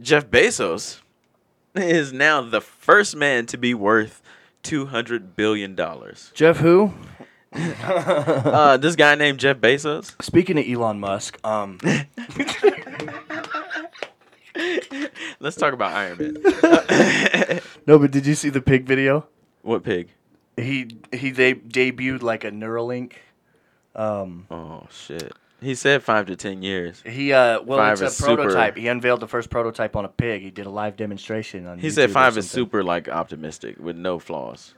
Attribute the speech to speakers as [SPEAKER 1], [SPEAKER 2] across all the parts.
[SPEAKER 1] Jeff Bezos is now the first man to be worth two hundred billion dollars.
[SPEAKER 2] Jeff, who?
[SPEAKER 1] Uh, this guy named Jeff Bezos.
[SPEAKER 2] Speaking of Elon Musk, um,
[SPEAKER 1] Let's talk about Iron Man.
[SPEAKER 2] no, but did you see the pig video?
[SPEAKER 1] what pig?
[SPEAKER 2] He he they debuted like a Neuralink. Um,
[SPEAKER 1] Oh shit! He said five to ten years.
[SPEAKER 2] he uh, well,
[SPEAKER 1] Five
[SPEAKER 2] it's
[SPEAKER 1] is
[SPEAKER 2] a
[SPEAKER 1] super-
[SPEAKER 2] prototype. He unveiled the first prototype on a pig. He did a live demonstration on.
[SPEAKER 1] He
[SPEAKER 2] YouTube
[SPEAKER 1] said
[SPEAKER 2] or
[SPEAKER 1] five is
[SPEAKER 2] something.
[SPEAKER 1] super like optimistic with no flaws.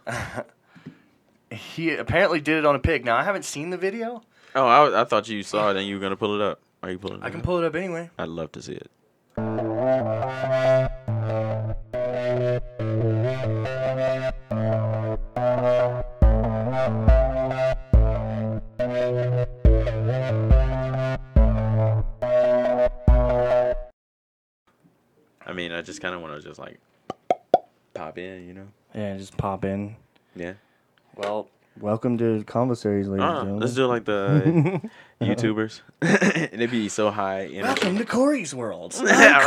[SPEAKER 2] He apparently did it on a pig. Now I haven't seen the video.
[SPEAKER 1] Oh, I, I thought you saw it and you were gonna pull it up. Are you pulling? It
[SPEAKER 2] I can
[SPEAKER 1] up?
[SPEAKER 2] pull it up anyway.
[SPEAKER 1] I'd love to see it. I mean, I just kind of want to just like pop in, you know?
[SPEAKER 2] Yeah, just pop in.
[SPEAKER 1] Yeah.
[SPEAKER 2] Well, welcome to conversaries, ladies
[SPEAKER 1] Uh,
[SPEAKER 2] and
[SPEAKER 1] let's
[SPEAKER 2] gentlemen.
[SPEAKER 1] do like the YouTubers, and it'd be so high energy.
[SPEAKER 2] Welcome to Corey's World.
[SPEAKER 1] Yeah, right.
[SPEAKER 2] I'm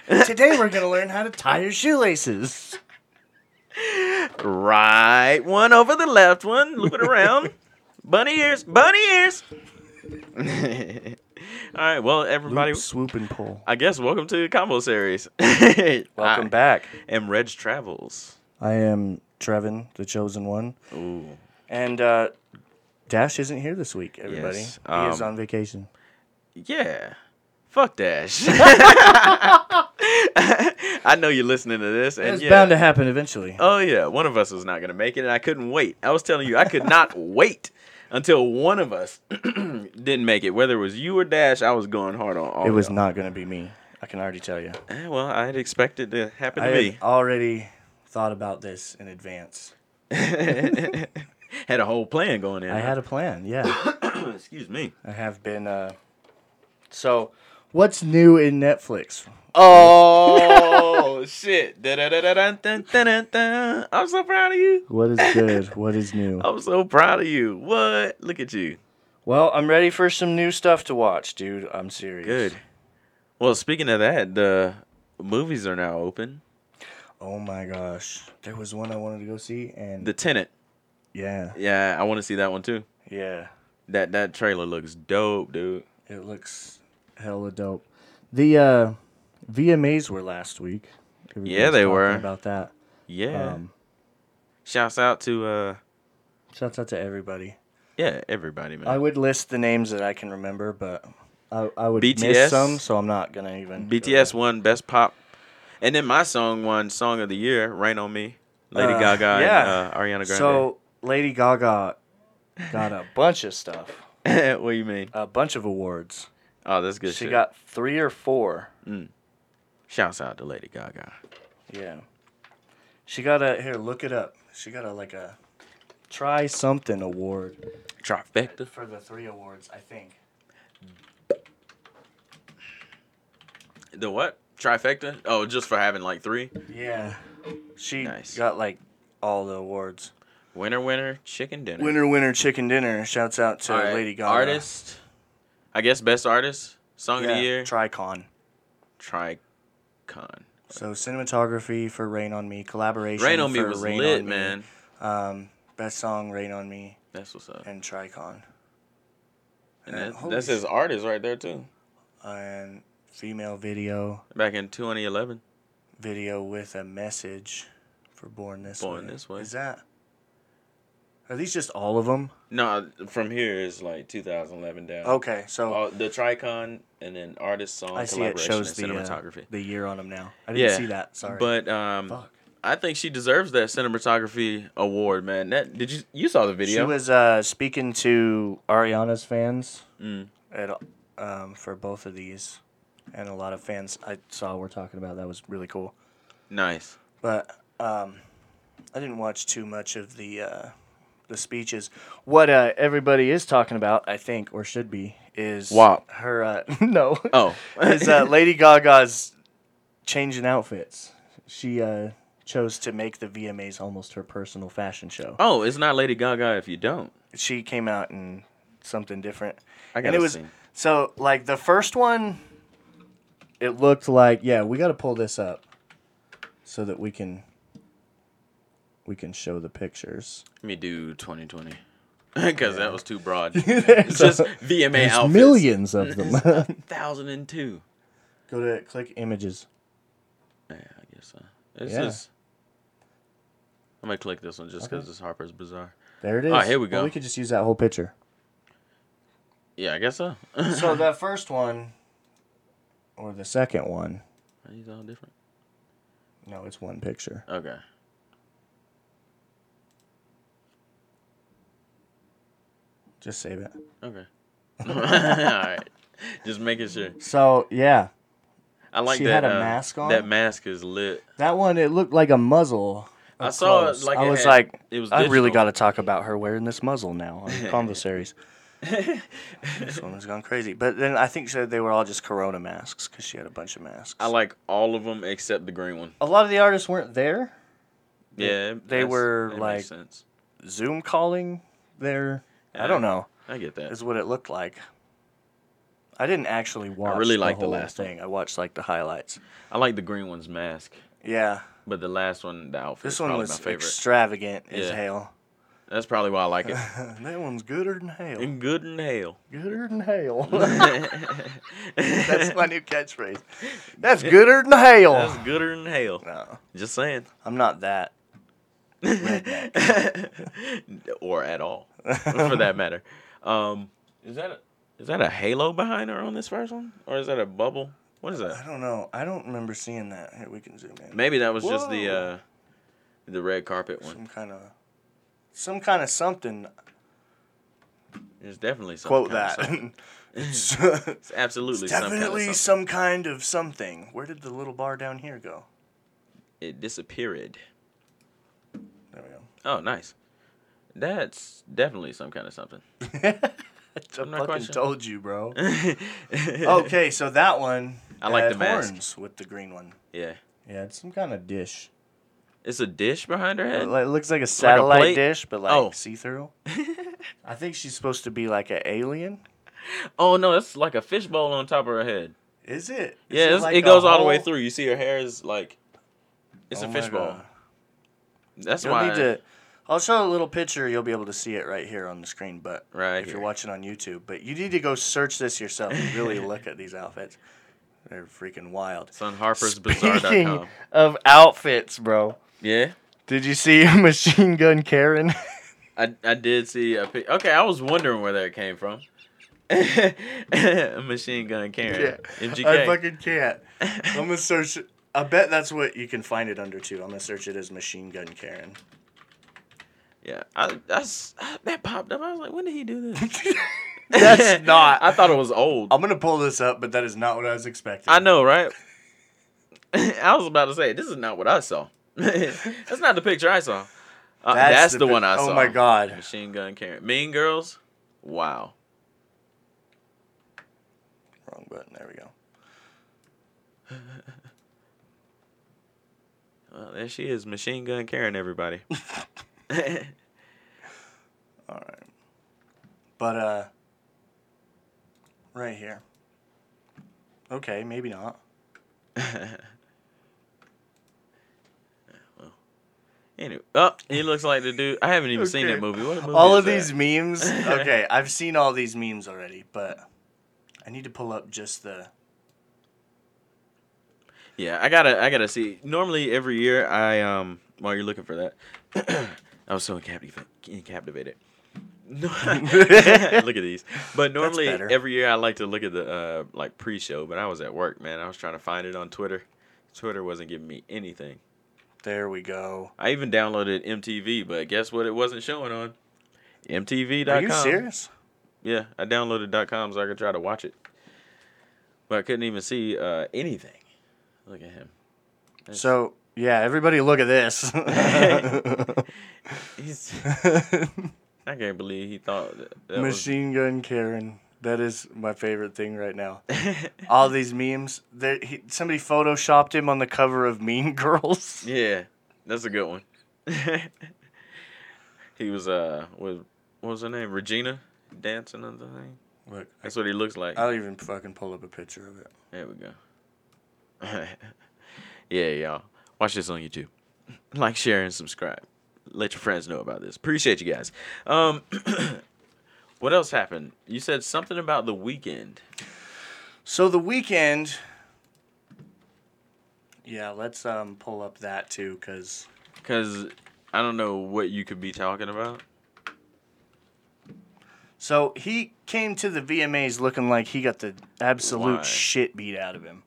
[SPEAKER 2] Corey. Today we're gonna learn how to tie your shoelaces.
[SPEAKER 1] Right one over the left one. Loop it around. bunny ears. Bunny ears. All right. Well, everybody.
[SPEAKER 2] Loop, swoop, and pull.
[SPEAKER 1] I guess welcome to Combo Series. welcome
[SPEAKER 2] Welcome back.
[SPEAKER 1] And Reg Travels.
[SPEAKER 2] I am Trevin, the chosen one,
[SPEAKER 1] Ooh.
[SPEAKER 2] and uh, Dash isn't here this week. Everybody,
[SPEAKER 1] Yes,
[SPEAKER 2] he is
[SPEAKER 1] um,
[SPEAKER 2] on vacation.
[SPEAKER 1] Yeah. Fuck Dash. I know you're listening to this, and
[SPEAKER 2] It's
[SPEAKER 1] yeah.
[SPEAKER 2] bound to happen eventually.
[SPEAKER 1] Oh yeah, one of us was not gonna make it, and I couldn't wait. I was telling you, I could not wait until one of us didn't make it. Whether it was you or Dash, I was going hard on. All
[SPEAKER 2] it was
[SPEAKER 1] y'all.
[SPEAKER 2] not going to be me. I can already tell you.
[SPEAKER 1] Eh, well, I had expected to happen
[SPEAKER 2] I
[SPEAKER 1] to
[SPEAKER 2] had
[SPEAKER 1] me.
[SPEAKER 2] already thought about this in advance.
[SPEAKER 1] had a whole plan going in.
[SPEAKER 2] I had a plan. Yeah,
[SPEAKER 1] a, excuse me.
[SPEAKER 2] I have been. Uh, so, what's new in Netflix?
[SPEAKER 1] Oh shit! Da-da-da-da-dun-dun-dun-dun. I'm so proud of you.
[SPEAKER 2] What is good? what is new?
[SPEAKER 1] I'm so proud of you. What? Look at you.
[SPEAKER 2] Well, I'm ready for some new stuff to watch, dude. I'm serious.
[SPEAKER 1] Good. Well, speaking of that, the movies are now open.
[SPEAKER 2] Oh my gosh, there was one I wanted to go see, and
[SPEAKER 1] The Tenant.
[SPEAKER 2] yeah,
[SPEAKER 1] Yeah, I want to see that one too.
[SPEAKER 2] yeah.
[SPEAKER 1] That that trailer looks dope, dude.
[SPEAKER 2] It looks hella dope. The uh, VMAs were last week. Everybody's
[SPEAKER 1] Yeah, they
[SPEAKER 2] talking
[SPEAKER 1] were.
[SPEAKER 2] about that.
[SPEAKER 1] Yeah.
[SPEAKER 2] Um,
[SPEAKER 1] Shouts out to uh
[SPEAKER 2] shouts out to everybody.
[SPEAKER 1] yeah, everybody, man.
[SPEAKER 2] I would list the names that I can remember, but I, I would miss
[SPEAKER 1] BTS.
[SPEAKER 2] some, so I'm not gonna even. go
[SPEAKER 1] BTS
[SPEAKER 2] there.
[SPEAKER 1] won best pop. And then my song won song of the year, Rain on Me. Lady
[SPEAKER 2] Uh,
[SPEAKER 1] Gaga
[SPEAKER 2] yeah.
[SPEAKER 1] and uh, Ariana Grande.
[SPEAKER 2] So Lady Gaga got a bunch of stuff,
[SPEAKER 1] what do you mean?
[SPEAKER 2] a bunch of awards.
[SPEAKER 1] Oh, that's good
[SPEAKER 2] she
[SPEAKER 1] shit.
[SPEAKER 2] got three or four.
[SPEAKER 1] Shouts out to Lady Gaga.
[SPEAKER 2] Yeah. She got a here. Look it up. She got a like a try something award.
[SPEAKER 1] Trifecta.
[SPEAKER 2] for the three awards, I think.
[SPEAKER 1] The what? Trifecta? Oh, just for having like three.
[SPEAKER 2] Yeah. She
[SPEAKER 1] Nice.
[SPEAKER 2] got like all the awards.
[SPEAKER 1] Winner, winner, chicken dinner.
[SPEAKER 2] Winner, winner, chicken dinner. Shouts out to
[SPEAKER 1] All right,
[SPEAKER 2] Lady Gaga.
[SPEAKER 1] Artist. I guess best artist. Song of
[SPEAKER 2] Yeah,
[SPEAKER 1] the year.
[SPEAKER 2] Tricon.
[SPEAKER 1] Tricon.
[SPEAKER 2] So cinematography for Rain on Me, collaboration.
[SPEAKER 1] Rain on Me
[SPEAKER 2] for
[SPEAKER 1] was
[SPEAKER 2] Rain
[SPEAKER 1] lit,
[SPEAKER 2] on Me,
[SPEAKER 1] man.
[SPEAKER 2] Um, best song, Rain on Me,
[SPEAKER 1] That's what's up.
[SPEAKER 2] and Tricon,
[SPEAKER 1] And
[SPEAKER 2] uh,
[SPEAKER 1] that,
[SPEAKER 2] holy
[SPEAKER 1] that's
[SPEAKER 2] sh-
[SPEAKER 1] his artist right there too.
[SPEAKER 2] and female video,
[SPEAKER 1] Back in 2011.
[SPEAKER 2] video with a message for Born This Way.
[SPEAKER 1] Born This Way.
[SPEAKER 2] Is that? Are these just all of them?
[SPEAKER 1] No, from here is like 2011 down.
[SPEAKER 2] Okay, so
[SPEAKER 1] Oh, the Tricon and then artist song
[SPEAKER 2] I see it
[SPEAKER 1] collaboration
[SPEAKER 2] shows the
[SPEAKER 1] and
[SPEAKER 2] uh,
[SPEAKER 1] cinematography.
[SPEAKER 2] the year on them now. I didn't
[SPEAKER 1] Yeah,
[SPEAKER 2] see that. Sorry.
[SPEAKER 1] but um,
[SPEAKER 2] Fuck.
[SPEAKER 1] I think she deserves that cinematography award, man. That did you you saw the
[SPEAKER 2] she
[SPEAKER 1] video?
[SPEAKER 2] was uh, speaking to Ariana's fans
[SPEAKER 1] Mm.
[SPEAKER 2] at um, for both of these, and a lot of fans I saw were talking about that was really cool.
[SPEAKER 1] nice.
[SPEAKER 2] But um, I didn't watch too much of the uh, the speeches. What uh, everybody is talking about, I think, or should be, is
[SPEAKER 1] WAP.
[SPEAKER 2] her uh, no
[SPEAKER 1] Oh,
[SPEAKER 2] is uh, Lady Gaga's changing outfits. She uh, chose to make the VMAs almost her personal fashion show.
[SPEAKER 1] oh, it's not Lady Gaga if you don't.
[SPEAKER 2] She came out in something different.
[SPEAKER 1] I
[SPEAKER 2] and
[SPEAKER 1] gotta
[SPEAKER 2] it was
[SPEAKER 1] see.
[SPEAKER 2] so like the first one it looked like yeah, we got to pull this up so that we can we can show the pictures.
[SPEAKER 1] Let me do 2020 because that was too broad.
[SPEAKER 2] There's
[SPEAKER 1] It's just VMA
[SPEAKER 2] there's
[SPEAKER 1] outfits.
[SPEAKER 2] millions of them.
[SPEAKER 1] Thousand and two.
[SPEAKER 2] Go to click images.
[SPEAKER 1] Yeah, I guess so. This
[SPEAKER 2] Yeah.
[SPEAKER 1] is. I'm gonna click this one just because it's Harper's Bazaar.
[SPEAKER 2] There it is.
[SPEAKER 1] All right, Oh, here we
[SPEAKER 2] Well,
[SPEAKER 1] go.
[SPEAKER 2] we could just use that whole picture.
[SPEAKER 1] Yeah, I guess so.
[SPEAKER 2] so that first one, or the second one.
[SPEAKER 1] Are these all different?
[SPEAKER 2] No, it's one picture.
[SPEAKER 1] Okay.
[SPEAKER 2] Just save it.
[SPEAKER 1] Okay. all right. Just making sure.
[SPEAKER 2] So yeah,
[SPEAKER 1] I like
[SPEAKER 2] She
[SPEAKER 1] that.
[SPEAKER 2] had a
[SPEAKER 1] uh,
[SPEAKER 2] mask on?
[SPEAKER 1] That mask is lit.
[SPEAKER 2] that one it looked like a muzzle.
[SPEAKER 1] I
[SPEAKER 2] up
[SPEAKER 1] saw it
[SPEAKER 2] close.
[SPEAKER 1] like
[SPEAKER 2] I
[SPEAKER 1] it
[SPEAKER 2] was
[SPEAKER 1] had-
[SPEAKER 2] like,
[SPEAKER 1] it was
[SPEAKER 2] I really
[SPEAKER 1] digital.
[SPEAKER 2] got to talk about her wearing this muzzle now on the Convo series. this one has gone crazy. But then I think she said they were all just Corona masks because she had a bunch of masks.
[SPEAKER 1] I like all of them except the green one.
[SPEAKER 2] a lot of the artists weren't there.
[SPEAKER 1] Yeah,
[SPEAKER 2] they
[SPEAKER 1] that's-
[SPEAKER 2] were,
[SPEAKER 1] that
[SPEAKER 2] like-
[SPEAKER 1] Makes sense.
[SPEAKER 2] Zoom calling there. I
[SPEAKER 1] Yeah.
[SPEAKER 2] don't know.
[SPEAKER 1] I get that.
[SPEAKER 2] Is what it looked like. I didn't actually watch.
[SPEAKER 1] really
[SPEAKER 2] the
[SPEAKER 1] liked the
[SPEAKER 2] whole
[SPEAKER 1] last one.
[SPEAKER 2] thing. I watched like the highlights.
[SPEAKER 1] I like the green one's mask,
[SPEAKER 2] Yeah,
[SPEAKER 1] but the last one, the outfit.
[SPEAKER 2] this
[SPEAKER 1] is
[SPEAKER 2] one
[SPEAKER 1] probably
[SPEAKER 2] was
[SPEAKER 1] my favorite.
[SPEAKER 2] extravagant as
[SPEAKER 1] Yeah.
[SPEAKER 2] hell.
[SPEAKER 1] That's probably why I like it.
[SPEAKER 2] that one's gooder than hell.
[SPEAKER 1] And good in hell.
[SPEAKER 2] Gooder than hell. That's my new catchphrase. That's gooder than
[SPEAKER 1] That's
[SPEAKER 2] hell.
[SPEAKER 1] gooder than hell.
[SPEAKER 2] No,
[SPEAKER 1] Just saying.
[SPEAKER 2] I'm not that.
[SPEAKER 1] or at all, for that matter. Um, is that a, is that a halo behind her on this first one, or is that a bubble? What is
[SPEAKER 2] I
[SPEAKER 1] that?
[SPEAKER 2] don't know. I don't remember seeing that. Here we can zoom in.
[SPEAKER 1] Maybe that was just the
[SPEAKER 2] Whoa.
[SPEAKER 1] uh, the red carpet one.
[SPEAKER 2] Some kind of, some kind of something.
[SPEAKER 1] There's definitely some
[SPEAKER 2] Quote
[SPEAKER 1] kind of
[SPEAKER 2] that. uh,
[SPEAKER 1] something. It's absolutely
[SPEAKER 2] It's
[SPEAKER 1] some kind of
[SPEAKER 2] definitely
[SPEAKER 1] something.
[SPEAKER 2] some kind of something. Where did the little bar down here go?
[SPEAKER 1] It disappeared.
[SPEAKER 2] There we go.
[SPEAKER 1] Oh, nice. That's definitely some kind of something.
[SPEAKER 2] I
[SPEAKER 1] not
[SPEAKER 2] fucking
[SPEAKER 1] quite sure.
[SPEAKER 2] told you, bro. okay, so that one.
[SPEAKER 1] I like
[SPEAKER 2] had
[SPEAKER 1] the mask.
[SPEAKER 2] horns with the green one.
[SPEAKER 1] Yeah.
[SPEAKER 2] Yeah, it's some kind of dish.
[SPEAKER 1] It's a dish behind her head.
[SPEAKER 2] It like- looks like a satellite
[SPEAKER 1] plate?
[SPEAKER 2] dish, but like
[SPEAKER 1] Oh.
[SPEAKER 2] see through. I think she's supposed to be like an alien.
[SPEAKER 1] Oh no, it's like a fishbowl on top of her head.
[SPEAKER 2] Is it? Is
[SPEAKER 1] Yeah, it's,
[SPEAKER 2] like
[SPEAKER 1] it
[SPEAKER 2] a
[SPEAKER 1] goes all the way
[SPEAKER 2] whole-
[SPEAKER 1] through. You see her hair is like, it's
[SPEAKER 2] Oh
[SPEAKER 1] a
[SPEAKER 2] my
[SPEAKER 1] fishbowl.
[SPEAKER 2] God.
[SPEAKER 1] That's
[SPEAKER 2] You'll
[SPEAKER 1] why.
[SPEAKER 2] need to. I'll show a little picture. You'll be able to see it right here on the screen, but
[SPEAKER 1] Right
[SPEAKER 2] if
[SPEAKER 1] here.
[SPEAKER 2] you're watching on YouTube, but you need to go search this yourself and really look at these outfits. They're freaking wild.
[SPEAKER 1] it's on harpersbazaar.com.
[SPEAKER 2] of outfits, bro,
[SPEAKER 1] Yeah,
[SPEAKER 2] did you see Machine Gun Karen?
[SPEAKER 1] I, I did see a pic. Okay, I was wondering where that came from. Machine gun Karen.
[SPEAKER 2] I
[SPEAKER 1] MGK.
[SPEAKER 2] fucking can't. I'm gonna search. it. I bet that's what you can find it under too. I'm gonna search it as Machine Gun Karen.
[SPEAKER 1] yeah, I, that's that popped up. I was like, when did he do this?
[SPEAKER 2] That's not.
[SPEAKER 1] I thought it was old.
[SPEAKER 2] I'm gonna pull this up, but that is not what I was expecting.
[SPEAKER 1] I know, right? I was about to say this is not what I saw. that's not the picture I saw. Uh, that's, the,
[SPEAKER 2] pic-
[SPEAKER 1] one I saw.
[SPEAKER 2] Oh my god.
[SPEAKER 1] Machine Gun Karen. Mean Girls. Wow.
[SPEAKER 2] Wrong button. There we go.
[SPEAKER 1] Well, Uh, there she is, Machine Gun Karen. Everybody.
[SPEAKER 2] All right. But uh, right here. Okay, maybe not.
[SPEAKER 1] anyway, oh, he looks like the dude. I haven't even seen
[SPEAKER 2] Okay.
[SPEAKER 1] that movie. What a movie
[SPEAKER 2] all
[SPEAKER 1] is
[SPEAKER 2] of
[SPEAKER 1] that?
[SPEAKER 2] these memes. Okay, I've seen all these memes already, but I need to pull up just the.
[SPEAKER 1] Yeah, I gotta, I gotta see. Normally, every year, I um, while you're looking for that, I was so captiv- captivated. No- look at these. But normally,
[SPEAKER 2] better.
[SPEAKER 1] every year, I like to look at the uh, like pre-show. But I was at work, man. I was trying to find it on Twitter. Twitter wasn't giving me anything.
[SPEAKER 2] There we go.
[SPEAKER 1] I even downloaded MTV, but guess what? It wasn't showing on MTV.com.
[SPEAKER 2] Are you serious?
[SPEAKER 1] Yeah, I downloaded .com so I could try to watch it, but I couldn't even see uh, anything. Look at him.
[SPEAKER 2] So yeah, everybody, look at this.
[SPEAKER 1] He's. I can't believe he thought that, that was.
[SPEAKER 2] Machine Gun Karen. That is my favorite thing right now. All these memes. There, he, somebody photoshopped him on the cover of Mean Girls.
[SPEAKER 1] Yeah, that's a good one. he was uh with what was her name? Regina dancing on the thing.
[SPEAKER 2] Look,
[SPEAKER 1] That's what he looks like.
[SPEAKER 2] I'll even fucking pull up a picture of it.
[SPEAKER 1] There we go. yeah, y'all. Watch this on YouTube. Like, share, and subscribe. Let your friends know about this. Appreciate you guys. Um, what else happened? You said something about the weekend.
[SPEAKER 2] So the weekend. Yeah, let's um, pull up that too, because
[SPEAKER 1] Because I don't know what you could be talking about.
[SPEAKER 2] so he came to the VMAs looking like he got the absolute
[SPEAKER 1] Why?
[SPEAKER 2] shit beat out of him.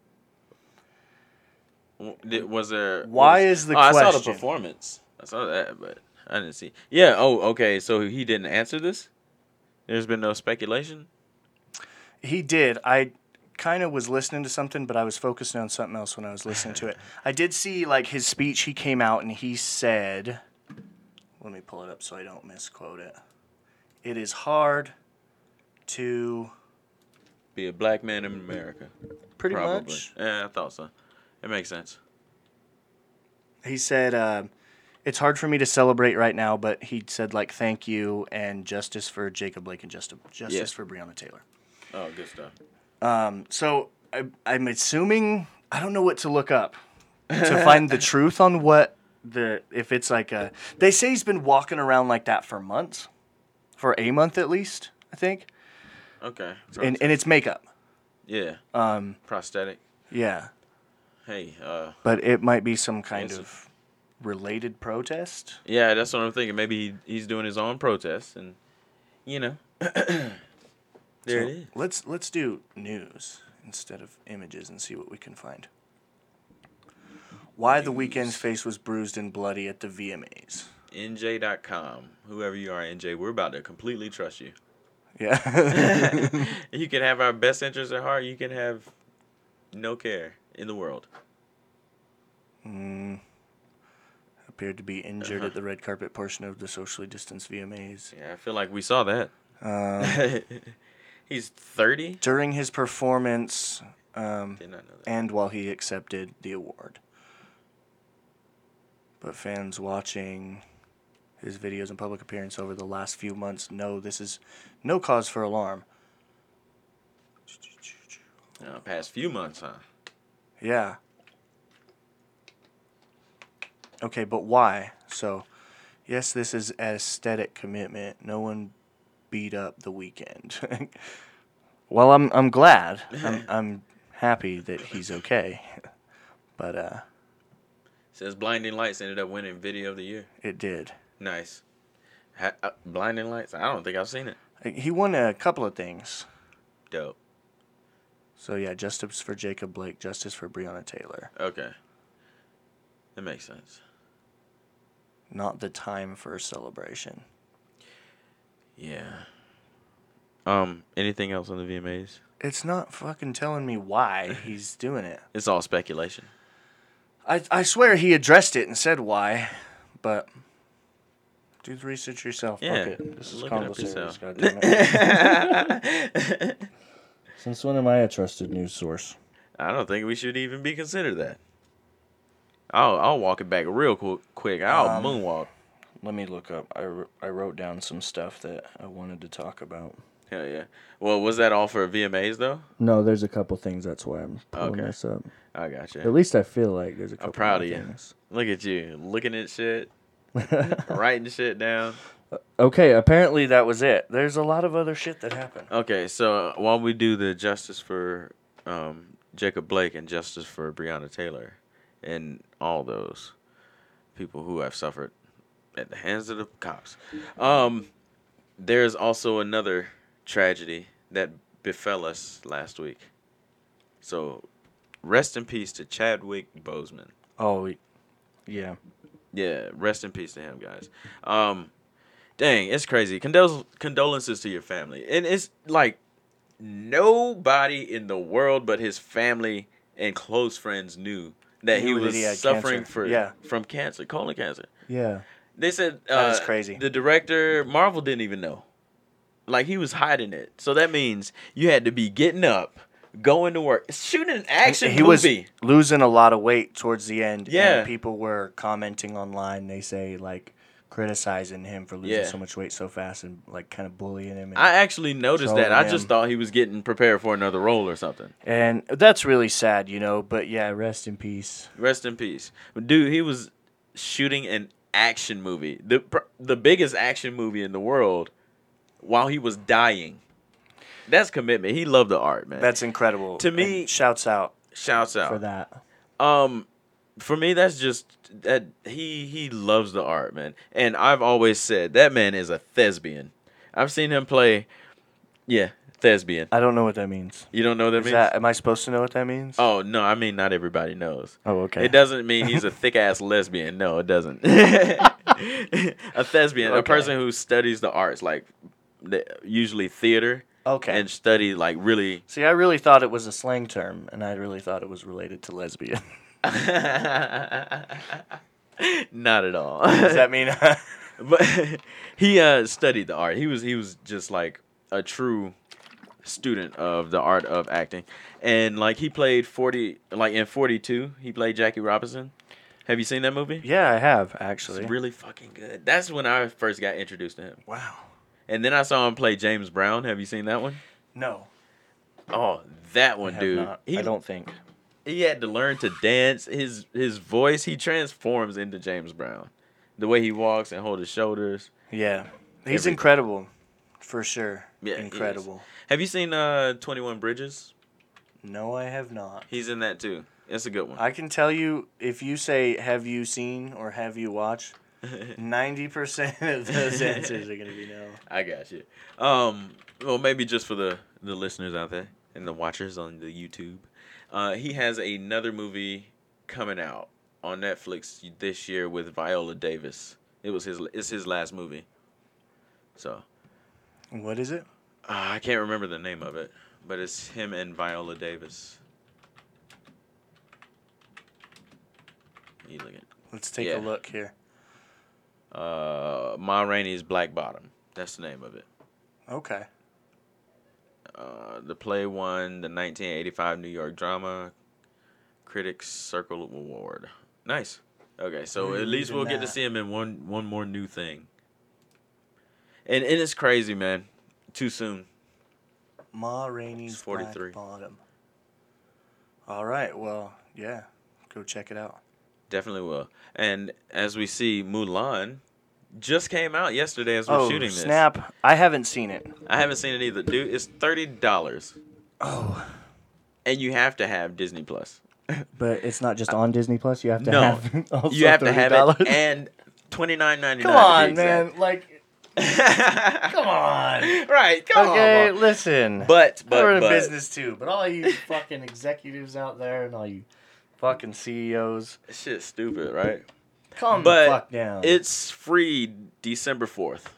[SPEAKER 1] W- did- Was there.
[SPEAKER 2] Why
[SPEAKER 1] was-
[SPEAKER 2] is the
[SPEAKER 1] oh, I saw the
[SPEAKER 2] question?
[SPEAKER 1] performance. I saw that, but I didn't see. Yeah, oh, okay. So he didn't answer this? There's been no speculation?
[SPEAKER 2] He did. I kind of was listening to something, but I was focusing on something else when I was listening to it. I did see like his speech. He came out and he said, "Let me pull it up so I don't misquote it." It is hard to
[SPEAKER 1] Be a black man in America.
[SPEAKER 2] pretty
[SPEAKER 1] probably.
[SPEAKER 2] much.
[SPEAKER 1] Yeah, I thought so. It makes sense.
[SPEAKER 2] He said, uh, "It's hard for me to celebrate right now," but he said like, "Thank you" and justice for Jacob Blake and justice justice
[SPEAKER 1] Yeah.
[SPEAKER 2] for Breonna Taylor.
[SPEAKER 1] Oh, good stuff.
[SPEAKER 2] Um, so I, I'm assuming I don't know what to look up to find the truth on what the if it's like a. They say he's been walking around like that for months, for a month at least, I think,
[SPEAKER 1] Okay.
[SPEAKER 2] and and it's makeup.
[SPEAKER 1] yeah.
[SPEAKER 2] Um,
[SPEAKER 1] prosthetic.
[SPEAKER 2] yeah,
[SPEAKER 1] Hey, uh,
[SPEAKER 2] but it might be some kind
[SPEAKER 1] Yes.
[SPEAKER 2] of related protest.
[SPEAKER 1] yeah, that's what I'm thinking. Maybe he, he's doing his own protest, and you know, there
[SPEAKER 2] So
[SPEAKER 1] it is.
[SPEAKER 2] Let's let's do news instead of images and see what we can find. Why the weekend's face was bruised and bloody at the VMAs.
[SPEAKER 1] NJ.com. Whoever you are, NJ, we're about to completely trust you.
[SPEAKER 2] Yeah.
[SPEAKER 1] you can have our best interests at heart. You can have no care in the world.
[SPEAKER 2] Mm. Appeared to be injured
[SPEAKER 1] Uh-huh.
[SPEAKER 2] at the red carpet portion of the socially distanced VMAs.
[SPEAKER 1] Yeah, I feel like we saw that.
[SPEAKER 2] Um,
[SPEAKER 1] he's 30.
[SPEAKER 2] during his performance um,
[SPEAKER 1] Did not know that.
[SPEAKER 2] and while he accepted the award. But fans watching his videos and public appearance over the last few months know this is no cause for alarm.
[SPEAKER 1] Uh, past few months, huh?
[SPEAKER 2] Yeah. Okay, but why? So, yes, this is aesthetic commitment. No one beat up the weekend. well, I'm I'm glad. I'm I'm happy that he's okay. But uh
[SPEAKER 1] Says Blinding Lights ended up winning Video of the Year.
[SPEAKER 2] it did.
[SPEAKER 1] Nice. Ha- uh, Blinding Lights. I don't think I've seen it.
[SPEAKER 2] Uh, He won a couple of things.
[SPEAKER 1] Dope.
[SPEAKER 2] So yeah, justice for Jacob Blake, justice for Breonna Taylor.
[SPEAKER 1] Okay. That makes sense.
[SPEAKER 2] Not the time for a celebration.
[SPEAKER 1] Yeah. Um. Anything else on the VMAs?
[SPEAKER 2] It's not fucking telling me why he's doing it.
[SPEAKER 1] It's all speculation.
[SPEAKER 2] I, I swear he addressed it and said why, but do the research yourself.
[SPEAKER 1] Yeah,
[SPEAKER 2] Fuck it. This is
[SPEAKER 1] look it up
[SPEAKER 2] Convo Series,
[SPEAKER 1] yourself.
[SPEAKER 2] goddammit.
[SPEAKER 1] I
[SPEAKER 2] Since when am I a trusted news source?
[SPEAKER 1] don't think we should even be considered that. I'll I'll walk it back real qu- quick. I'll
[SPEAKER 2] Um,
[SPEAKER 1] moonwalk.
[SPEAKER 2] Let me look up. I, wr- I wrote down some stuff that I wanted to talk about.
[SPEAKER 1] Hell yeah. Well, was that all for VMAs though?
[SPEAKER 2] No, there's a couple things. That's why I'm pulling
[SPEAKER 1] Okay.
[SPEAKER 2] this up.
[SPEAKER 1] I got
[SPEAKER 2] At
[SPEAKER 1] you.
[SPEAKER 2] least I feel like there's a couple.
[SPEAKER 1] proud
[SPEAKER 2] more
[SPEAKER 1] of you.
[SPEAKER 2] things.
[SPEAKER 1] Look at you looking at shit, writing shit down.
[SPEAKER 2] okay, apparently that was it. There's a lot of other shit that happened.
[SPEAKER 1] Okay, so while we do the justice for um, Jacob Blake and justice for Breonna Taylor and all those people who have suffered at the hands of the cops, um, there's also another tragedy that befell us last week. So rest in peace to Chadwick Bozeman.
[SPEAKER 2] Oh, yeah.
[SPEAKER 1] Yeah, rest in peace to him, guys. Um, dang, it's crazy. Condol- condolences to your family, and it's like nobody in the world but his family and close friends knew that he
[SPEAKER 2] Knew that
[SPEAKER 1] was
[SPEAKER 2] he had
[SPEAKER 1] suffering
[SPEAKER 2] cancer.
[SPEAKER 1] for
[SPEAKER 2] Yeah.
[SPEAKER 1] from cancer, colon cancer.
[SPEAKER 2] Yeah.
[SPEAKER 1] They said uh,
[SPEAKER 2] That is crazy.
[SPEAKER 1] The director Marvel didn't even know, like he was hiding it. So that means you had to be getting up, going to work, shooting an action
[SPEAKER 2] he was
[SPEAKER 1] movie.
[SPEAKER 2] losing a lot of weight towards the end.
[SPEAKER 1] Yeah.
[SPEAKER 2] And people were commenting online. They say like criticizing him for losing
[SPEAKER 1] Yeah.
[SPEAKER 2] so much weight so fast and like kind of bullying him. And,
[SPEAKER 1] I actually noticed that. I
[SPEAKER 2] Trolling
[SPEAKER 1] just
[SPEAKER 2] him.
[SPEAKER 1] thought he was getting prepared for another role or something.
[SPEAKER 2] and that's really sad, you know. But yeah, rest in peace.
[SPEAKER 1] Rest in peace, dude. He was shooting an action movie, the pr- the biggest action movie in the world, while he was dying. That's commitment. He loved the art, man.
[SPEAKER 2] That's incredible.
[SPEAKER 1] To me-
[SPEAKER 2] And shouts out
[SPEAKER 1] shouts out
[SPEAKER 2] for that.
[SPEAKER 1] Um, for me, that's just that he he loves the art, man. And I've always said that man is a thespian. I've seen him play, yeah, thespian.
[SPEAKER 2] I don't know what that means.
[SPEAKER 1] You don't know what that
[SPEAKER 2] Is
[SPEAKER 1] means?
[SPEAKER 2] that am I supposed to know what that means?
[SPEAKER 1] oh no, I mean not everybody knows.
[SPEAKER 2] Oh, okay.
[SPEAKER 1] It doesn't mean he's a thick ass lesbian. No, it doesn't. a thespian, a
[SPEAKER 2] Okay.
[SPEAKER 1] person who studies the arts, like the, usually theater,
[SPEAKER 2] Okay.
[SPEAKER 1] and study like really.
[SPEAKER 2] See, I really thought it was a slang term, and I really thought it was related to lesbian.
[SPEAKER 1] Not at all.
[SPEAKER 2] Does that mean?
[SPEAKER 1] but he uh studied the art. He was he was just like a true student of the art of acting. And like he played 40 like in 42, he played Jackie Robinson. Have you seen that movie?
[SPEAKER 2] yeah, I have
[SPEAKER 1] It's
[SPEAKER 2] actually.
[SPEAKER 1] really fucking good. That's when I first got introduced to him.
[SPEAKER 2] wow.
[SPEAKER 1] And then I saw him play James Brown. Have you seen that one?
[SPEAKER 2] No,
[SPEAKER 1] Oh, that
[SPEAKER 2] I
[SPEAKER 1] one,
[SPEAKER 2] have
[SPEAKER 1] dude.
[SPEAKER 2] not.
[SPEAKER 1] He
[SPEAKER 2] I don't think.
[SPEAKER 1] he had to learn to dance. His his voice, he transforms into James Brown. The way he walks and holds his shoulders.
[SPEAKER 2] Yeah, he's
[SPEAKER 1] Everything.
[SPEAKER 2] incredible, for sure.
[SPEAKER 1] Yeah, he is.
[SPEAKER 2] incredible.
[SPEAKER 1] Have you seen uh Twenty One Bridges?
[SPEAKER 2] No, I have not.
[SPEAKER 1] He's in that too. It's a good one.
[SPEAKER 2] I can tell you if you say "Have you seen?" or "Have you watched," ninety percent of those answers are gonna be no.
[SPEAKER 1] I got you. Um, well, maybe just for the the listeners out there and the watchers on the YouTube, uh, he has another movie coming out on Netflix this year with Viola Davis. It was his. It's his last movie. So
[SPEAKER 2] What is it?
[SPEAKER 1] uh, I can't remember the name of it, but it's him and Viola Davis. You looking?
[SPEAKER 2] Let's take
[SPEAKER 1] Yeah.
[SPEAKER 2] a look here.
[SPEAKER 1] Uh, Ma Rainey's Black Bottom. That's the name of it.
[SPEAKER 2] Okay.
[SPEAKER 1] Uh, the play won the 1985 New York Drama Critics Circle Award. Nice. Okay, so
[SPEAKER 2] Really
[SPEAKER 1] at least we'll get to
[SPEAKER 2] that.
[SPEAKER 1] see him in one one more new thing. And and it's crazy, man. Too soon.
[SPEAKER 2] Ma Rainey's
[SPEAKER 1] It's 43.
[SPEAKER 2] Black Bottom. All right. Well, yeah. Go check it out.
[SPEAKER 1] Definitely will. And as we see, Mulan just came out yesterday as we're
[SPEAKER 2] oh
[SPEAKER 1] shooting this.
[SPEAKER 2] snap! I haven't seen it.
[SPEAKER 1] I haven't seen it either, dude. It's thirty dollars,
[SPEAKER 2] Oh,
[SPEAKER 1] and you have to have Disney Plus.
[SPEAKER 2] but it's not just on Disney Plus. You have
[SPEAKER 1] No. you have to have it and twenty nine ninety nine.
[SPEAKER 2] Come on, man. Like,
[SPEAKER 1] come
[SPEAKER 2] come on.
[SPEAKER 1] Right, come
[SPEAKER 2] Okay,
[SPEAKER 1] on. Ma.
[SPEAKER 2] listen.
[SPEAKER 1] But but,
[SPEAKER 2] we're in
[SPEAKER 1] but
[SPEAKER 2] business too. But all you fucking executives out there and all you fucking CEOs,
[SPEAKER 1] shit's stupid, right?
[SPEAKER 2] calm
[SPEAKER 1] But
[SPEAKER 2] the fuck
[SPEAKER 1] Uh-huh.
[SPEAKER 2] down.
[SPEAKER 1] It's free December fourth,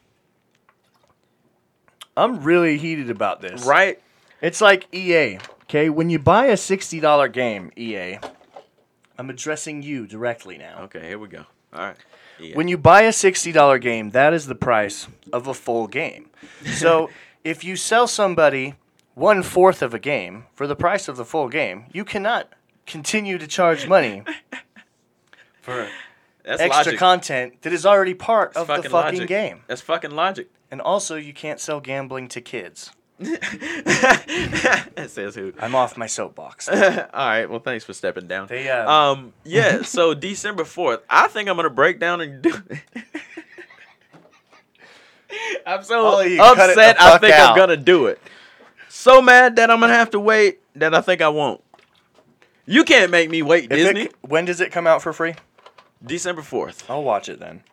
[SPEAKER 2] I'm really heated about this.
[SPEAKER 1] right?
[SPEAKER 2] It's like EA. Okay, when you buy a sixty dollar game, EA. I'm addressing you directly now.
[SPEAKER 1] Okay, here we go. All right. Yeah.
[SPEAKER 2] When you buy a $60 game, that is the price of a full game. So if you sell somebody one fourth of a game for the price of the full game, you cannot continue to charge money for
[SPEAKER 1] That's
[SPEAKER 2] extra
[SPEAKER 1] logic.
[SPEAKER 2] content that is already part
[SPEAKER 1] That's
[SPEAKER 2] of the fucking
[SPEAKER 1] logic.
[SPEAKER 2] game.
[SPEAKER 1] That's fucking logic.
[SPEAKER 2] And also, you can't sell gambling to kids.
[SPEAKER 1] it says who?
[SPEAKER 2] I'm off my soapbox.
[SPEAKER 1] All right. Well, thanks for stepping down.
[SPEAKER 2] They, uh,
[SPEAKER 1] um. Yeah. So December fourth, I think I'm gonna break down and do. I'm so
[SPEAKER 2] Ollie, you cut it the
[SPEAKER 1] Oh, upset. I
[SPEAKER 2] fuck
[SPEAKER 1] think I'm
[SPEAKER 2] out.
[SPEAKER 1] gonna do it. So mad that I'm gonna have to wait. That I think I won't. You can't make me wait,
[SPEAKER 2] If it-
[SPEAKER 1] Disney.
[SPEAKER 2] when does it come out for free?
[SPEAKER 1] December fourth.
[SPEAKER 2] I'll watch it then.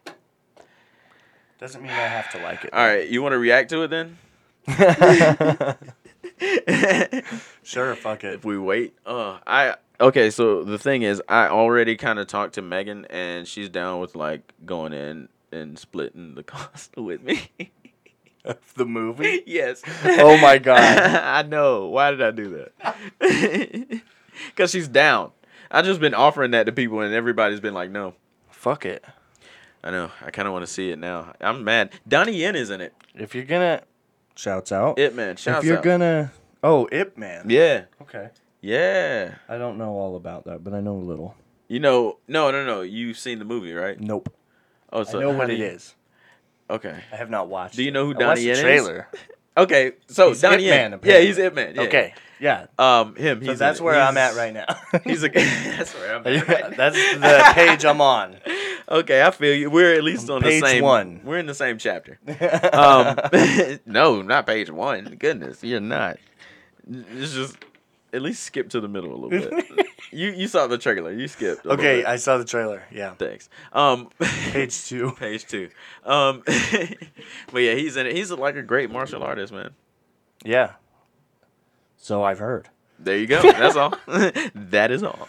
[SPEAKER 2] Doesn't mean I have to like it.
[SPEAKER 1] All right. You want to react to it then?
[SPEAKER 2] Sure, fuck it.
[SPEAKER 1] if we wait. Uh, I okay. So the thing is, I already kind of talked to Megan, and she's down with like going in and splitting the cost with me.
[SPEAKER 2] the movie?
[SPEAKER 1] yes.
[SPEAKER 2] Oh my god.
[SPEAKER 1] I know. Why did I do that? Because she's down. I've just been offering that to people, and everybody's been like, "No."
[SPEAKER 2] fuck it.
[SPEAKER 1] I know. I kind of want to see it now. I'm mad. Donnie Yen is in it.
[SPEAKER 2] If you're gonna, shouts out.
[SPEAKER 1] It man. Shouts
[SPEAKER 2] if you're
[SPEAKER 1] out.
[SPEAKER 2] gonna, oh, Ip Man.
[SPEAKER 1] Yeah.
[SPEAKER 2] Okay.
[SPEAKER 1] Yeah.
[SPEAKER 2] I don't know all about that, but I know a little.
[SPEAKER 1] You know. No. No. No. You've seen the movie, right?
[SPEAKER 2] Nope.
[SPEAKER 1] Oh,
[SPEAKER 2] I know
[SPEAKER 1] how
[SPEAKER 2] what
[SPEAKER 1] do
[SPEAKER 2] it
[SPEAKER 1] you-
[SPEAKER 2] is.
[SPEAKER 1] Okay.
[SPEAKER 2] I have not watched.
[SPEAKER 1] Do you know who
[SPEAKER 2] it. I
[SPEAKER 1] Donnie
[SPEAKER 2] watched the
[SPEAKER 1] Yen is?
[SPEAKER 2] trailer.
[SPEAKER 1] Okay, so
[SPEAKER 2] He's
[SPEAKER 1] Donnie
[SPEAKER 2] Ip Man,
[SPEAKER 1] Yen. Yeah,
[SPEAKER 2] apparently.
[SPEAKER 1] he's Ip Man. Yeah.
[SPEAKER 2] Okay. Yeah.
[SPEAKER 1] Um, him.
[SPEAKER 2] So
[SPEAKER 1] He's
[SPEAKER 2] that's
[SPEAKER 1] a-
[SPEAKER 2] where I'm
[SPEAKER 1] he's-
[SPEAKER 2] at right now.
[SPEAKER 1] He's a. that's where I'm at. right
[SPEAKER 2] that's the page I'm on.
[SPEAKER 1] Okay, I feel you. We're at least
[SPEAKER 2] On
[SPEAKER 1] on the
[SPEAKER 2] page
[SPEAKER 1] same
[SPEAKER 2] one.
[SPEAKER 1] We're in the same chapter. Um, no, not page one. Goodness, you're not. It's just at least skip to the middle a little bit. you you saw the trailer. You skipped. a little
[SPEAKER 2] Okay,
[SPEAKER 1] bit.
[SPEAKER 2] I saw the trailer. Yeah.
[SPEAKER 1] thanks. Um,
[SPEAKER 2] Page two.
[SPEAKER 1] page two. Um, but yeah, he's in it. He's like a great martial artist, man.
[SPEAKER 2] Yeah. So I've heard.
[SPEAKER 1] There you go. That's all. that is all.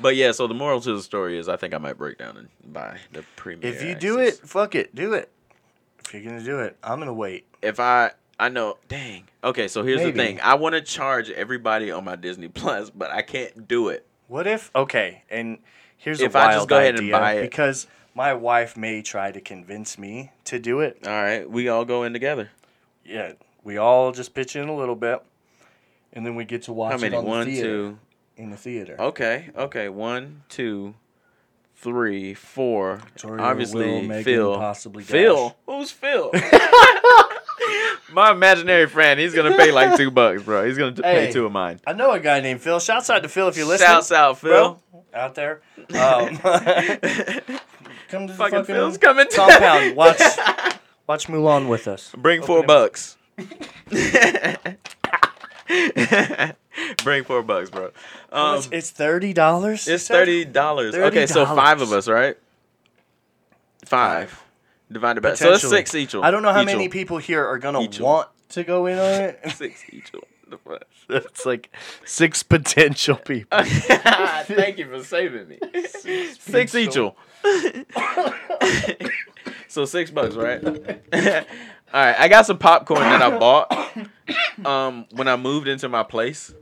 [SPEAKER 1] but yeah, so the moral to the story is, I think I might break down and buy the premium.
[SPEAKER 2] If you do it, fuck it, do it. If you're gonna do it, I'm gonna wait.
[SPEAKER 1] if I I know, dang. Okay, so here's
[SPEAKER 2] Maybe.
[SPEAKER 1] the thing. I want to charge everybody on my Disney Plus, but I can't do it.
[SPEAKER 2] What if? Okay, and here's
[SPEAKER 1] If
[SPEAKER 2] a
[SPEAKER 1] I
[SPEAKER 2] wild
[SPEAKER 1] just go ahead and
[SPEAKER 2] idea,
[SPEAKER 1] buy it.
[SPEAKER 2] because my wife may try to convince me to do it.
[SPEAKER 1] All right, we all go in together.
[SPEAKER 2] Yeah, we all just pitch in a little bit, and then we get to watch
[SPEAKER 1] How many?
[SPEAKER 2] it on the
[SPEAKER 1] One,
[SPEAKER 2] theater,
[SPEAKER 1] two. Oh.
[SPEAKER 2] in the theater.
[SPEAKER 1] Okay, okay. One, two, three, four.
[SPEAKER 2] Victoria,
[SPEAKER 1] Obviously,
[SPEAKER 2] Will, Megan,
[SPEAKER 1] Phil.
[SPEAKER 2] possibly
[SPEAKER 1] Phil.
[SPEAKER 2] Dash.
[SPEAKER 1] Who's Phil? my imaginary friend. He's gonna pay like two bucks, bro. He's gonna t-
[SPEAKER 2] Hey.
[SPEAKER 1] pay two of mine.
[SPEAKER 2] I know a guy named Phil. Shouts out to Phil if you're listening.
[SPEAKER 1] Shouts out, Phil.
[SPEAKER 2] bro, out there. Um, come to the
[SPEAKER 1] fucking
[SPEAKER 2] fucking,
[SPEAKER 1] Phil's coming. Um,
[SPEAKER 2] compound. Watch, watch Mulan with us.
[SPEAKER 1] Bring four
[SPEAKER 2] Open it.
[SPEAKER 1] bucks. Bring four bucks, bro. Um,
[SPEAKER 2] It's- it's thirty dollars.
[SPEAKER 1] it's thirty dollars. Okay, so five of us, right? Five divided by so that's six each.
[SPEAKER 2] I don't know how
[SPEAKER 1] each
[SPEAKER 2] many people here are gonna
[SPEAKER 1] Each will.
[SPEAKER 2] want to go in on it.
[SPEAKER 1] Six each. The fuck?
[SPEAKER 2] It's like six potential people.
[SPEAKER 1] Thank you for saving me. Six each. so six bucks, right? All right, I got some popcorn that I bought um when I moved into my place.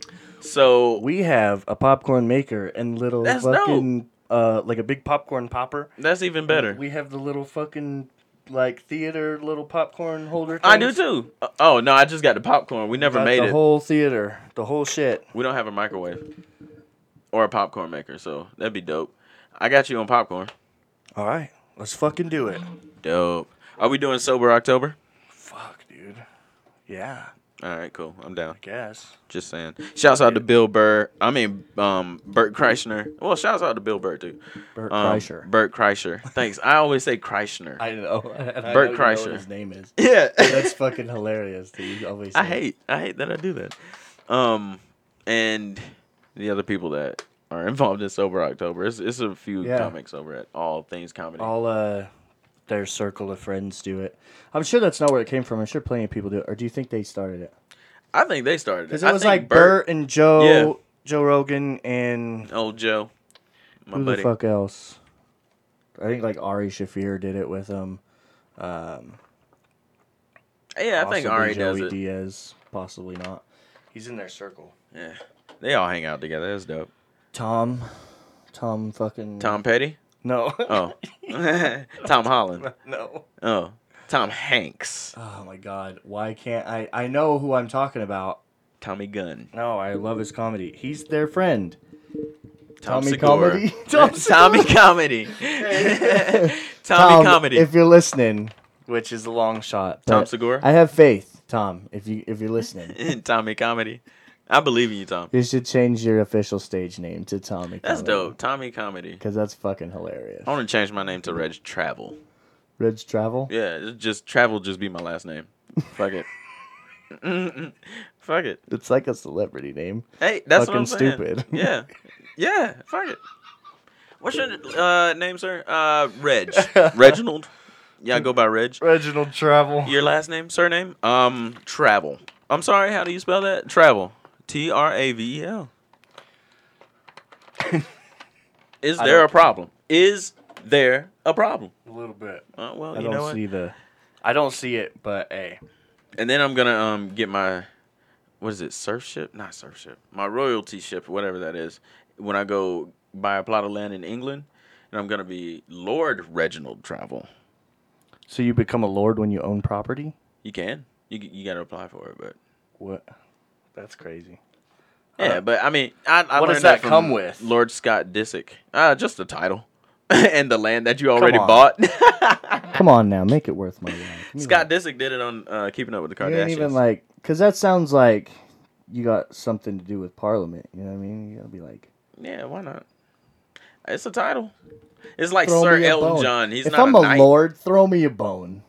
[SPEAKER 1] So
[SPEAKER 2] We have a popcorn maker and little
[SPEAKER 1] That's
[SPEAKER 2] fucking uh like a big popcorn popper.
[SPEAKER 1] that's even better.
[SPEAKER 2] We have the little fucking like theater little popcorn holder.
[SPEAKER 1] I do
[SPEAKER 2] things.
[SPEAKER 1] too. Uh, Oh no, I just got the popcorn. We never
[SPEAKER 2] Got
[SPEAKER 1] made
[SPEAKER 2] the
[SPEAKER 1] it.
[SPEAKER 2] whole theater, the whole shit.
[SPEAKER 1] we don't have a microwave or a popcorn maker, so that'd be dope. I got you on popcorn.
[SPEAKER 2] All right, let's fucking do it.
[SPEAKER 1] Dope. Are we doing sober October?
[SPEAKER 2] Fuck, dude. Yeah,
[SPEAKER 1] All right, cool. I'm down.
[SPEAKER 2] guess.
[SPEAKER 1] Just saying. Shouts out to Bill Burr. I mean, um, Bert Kreischer. Well, shouts out to Bill Burr too.
[SPEAKER 2] Bert
[SPEAKER 1] Um,
[SPEAKER 2] Kreischer.
[SPEAKER 1] Bert Kreischer. Thanks. I always say Kreischer.
[SPEAKER 2] I know. Bert
[SPEAKER 1] Bert Kreischer.
[SPEAKER 2] his name is.
[SPEAKER 1] yeah.
[SPEAKER 2] That's fucking hilarious. That you always.
[SPEAKER 1] I
[SPEAKER 2] say.
[SPEAKER 1] hate. I hate that I do that. Um, and the other people that are involved in sober October. It's, it's a few
[SPEAKER 2] Yeah.
[SPEAKER 1] comics over at All Things Comedy.
[SPEAKER 2] all uh, their circle of friends do it. I'm sure that's not where it came from. I'm sure plenty of people do it. Or do you think they started it?
[SPEAKER 1] I think they started
[SPEAKER 2] Because
[SPEAKER 1] it.
[SPEAKER 2] it
[SPEAKER 1] I
[SPEAKER 2] was
[SPEAKER 1] think
[SPEAKER 2] like Bert, and Joe,
[SPEAKER 1] Yeah.
[SPEAKER 2] Joe Rogan, and
[SPEAKER 1] old Joe, my
[SPEAKER 2] who
[SPEAKER 1] buddy.
[SPEAKER 2] the fuck else? I think like Ari Shafir did it with him. Um,
[SPEAKER 1] Yeah, I think
[SPEAKER 2] possibly
[SPEAKER 1] Ari does
[SPEAKER 2] Joey
[SPEAKER 1] it.
[SPEAKER 2] Diaz, possibly not. He's in their circle.
[SPEAKER 1] Yeah, they all hang out together. That's dope.
[SPEAKER 2] Tom, Tom fucking
[SPEAKER 1] Tom Petty.
[SPEAKER 2] No,
[SPEAKER 1] Oh, Tom Holland.
[SPEAKER 2] no.
[SPEAKER 1] Oh, Tom Hanks.
[SPEAKER 2] Oh my god, why can't I? I know who I'm talking about.
[SPEAKER 1] Tommy Gunn.
[SPEAKER 2] No, I love his comedy. He's their friend.
[SPEAKER 1] Tom
[SPEAKER 2] Tommy
[SPEAKER 1] Segura.
[SPEAKER 2] comedy? Tom
[SPEAKER 1] Tommy comedy. Tommy comedy.
[SPEAKER 2] If you're listening, which is a long shot.
[SPEAKER 1] Tom
[SPEAKER 2] but
[SPEAKER 1] Segura?
[SPEAKER 2] I have faith, Tom. If you if you're listening,
[SPEAKER 1] Tommy comedy. I believe in you, Tom.
[SPEAKER 2] you should change your official stage name to Tommy.
[SPEAKER 1] That's dope. Tommy comedy.
[SPEAKER 2] Because that's fucking hilarious.
[SPEAKER 1] I want to change my name to Reg Travel.
[SPEAKER 2] Reg Travel.
[SPEAKER 1] Yeah, it's just travel. Just be my last name. Fuck it. Mm-mm. Fuck it.
[SPEAKER 2] It's like a celebrity name.
[SPEAKER 1] Hey, that's what
[SPEAKER 2] Fucking
[SPEAKER 1] I'm saying.
[SPEAKER 2] stupid.
[SPEAKER 1] Yeah, yeah. Fuck it. What's your uh, name, sir? Uh, Reg. Reginald. Yeah, I go by Reg.
[SPEAKER 2] Reginald Travel.
[SPEAKER 1] Your last name, surname? Um, Travel. I'm sorry. How do you spell that? Travel. T R A V E L. Is there a
[SPEAKER 2] don't-
[SPEAKER 1] problem? Is there a problem?
[SPEAKER 2] A little bit.
[SPEAKER 1] Uh, well,
[SPEAKER 2] I
[SPEAKER 1] you
[SPEAKER 2] don't
[SPEAKER 1] know what.
[SPEAKER 2] see the. I don't see it, but hey.
[SPEAKER 1] And then I'm gonna um get my what is it, surf ship? Not surf ship. My royalty ship, whatever that is, when I go buy a plot of land in England, and I'm gonna be Lord Reginald Travel.
[SPEAKER 2] So you become a lord when you own property?
[SPEAKER 1] You can. You you gotta apply for it, but
[SPEAKER 2] What? That's crazy.
[SPEAKER 1] yeah,
[SPEAKER 2] Uh,
[SPEAKER 1] but I mean, I, I
[SPEAKER 2] what
[SPEAKER 1] learned
[SPEAKER 2] does that
[SPEAKER 1] from
[SPEAKER 2] come with?
[SPEAKER 1] Lord Scott Disick? Uh, just the title. and the land that you already
[SPEAKER 3] on.
[SPEAKER 1] bought.
[SPEAKER 2] Hmm. Come on now, make it worth my while. Give me
[SPEAKER 1] Scott Disick did it on uh, Keeping Up with the
[SPEAKER 2] that.
[SPEAKER 1] Kardashians.
[SPEAKER 2] you ain't even like, cause that sounds like you got something to do with Parliament. You know what I mean? You gotta be like,
[SPEAKER 1] yeah, why not? It's a title. It's like
[SPEAKER 2] throw
[SPEAKER 1] Sir
[SPEAKER 2] me a
[SPEAKER 1] Elton
[SPEAKER 2] bone.
[SPEAKER 1] John. He's
[SPEAKER 2] if
[SPEAKER 1] not
[SPEAKER 2] I'm
[SPEAKER 1] a,
[SPEAKER 2] a,
[SPEAKER 1] knight.
[SPEAKER 2] lord, throw me a bone.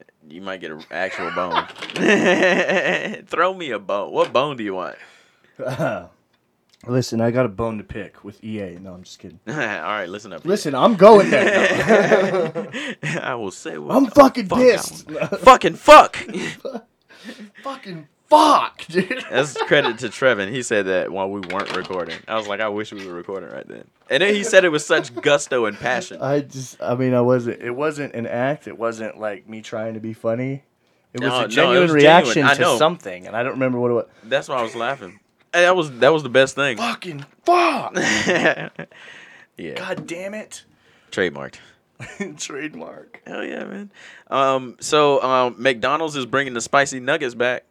[SPEAKER 1] You might get an actual bone. Throw me a bone. What bone do you want?
[SPEAKER 2] Listen, I got a bone to pick with EA. No, I'm just kidding.
[SPEAKER 1] All right, listen up.
[SPEAKER 2] Listen, I'm going there. now.
[SPEAKER 1] I will say what
[SPEAKER 2] I'm
[SPEAKER 1] the
[SPEAKER 2] fucking
[SPEAKER 1] fuck I
[SPEAKER 2] pissed.
[SPEAKER 1] want. fucking fuck.
[SPEAKER 2] fucking fuck, dude.
[SPEAKER 1] That's credit to Trevin. He said that while we weren't recording. I was like, I wish we were recording right then. And then he said it with such gusto and passion.
[SPEAKER 2] I just, I mean, I wasn't. It wasn't an act. It wasn't like me trying to be funny. It
[SPEAKER 1] No,
[SPEAKER 2] was
[SPEAKER 1] no,
[SPEAKER 2] a
[SPEAKER 1] it
[SPEAKER 2] genuine
[SPEAKER 1] was genuine.
[SPEAKER 2] reaction
[SPEAKER 1] I know.
[SPEAKER 2] to something, and I don't remember what it was.
[SPEAKER 1] That's why I was laughing. And that was that was the best thing.
[SPEAKER 2] Fucking fuck!
[SPEAKER 1] yeah,
[SPEAKER 2] God damn it!
[SPEAKER 1] trademarked.
[SPEAKER 2] Trademark.
[SPEAKER 1] Hell yeah, man. Um, so um, McDonald's is bringing the spicy nuggets back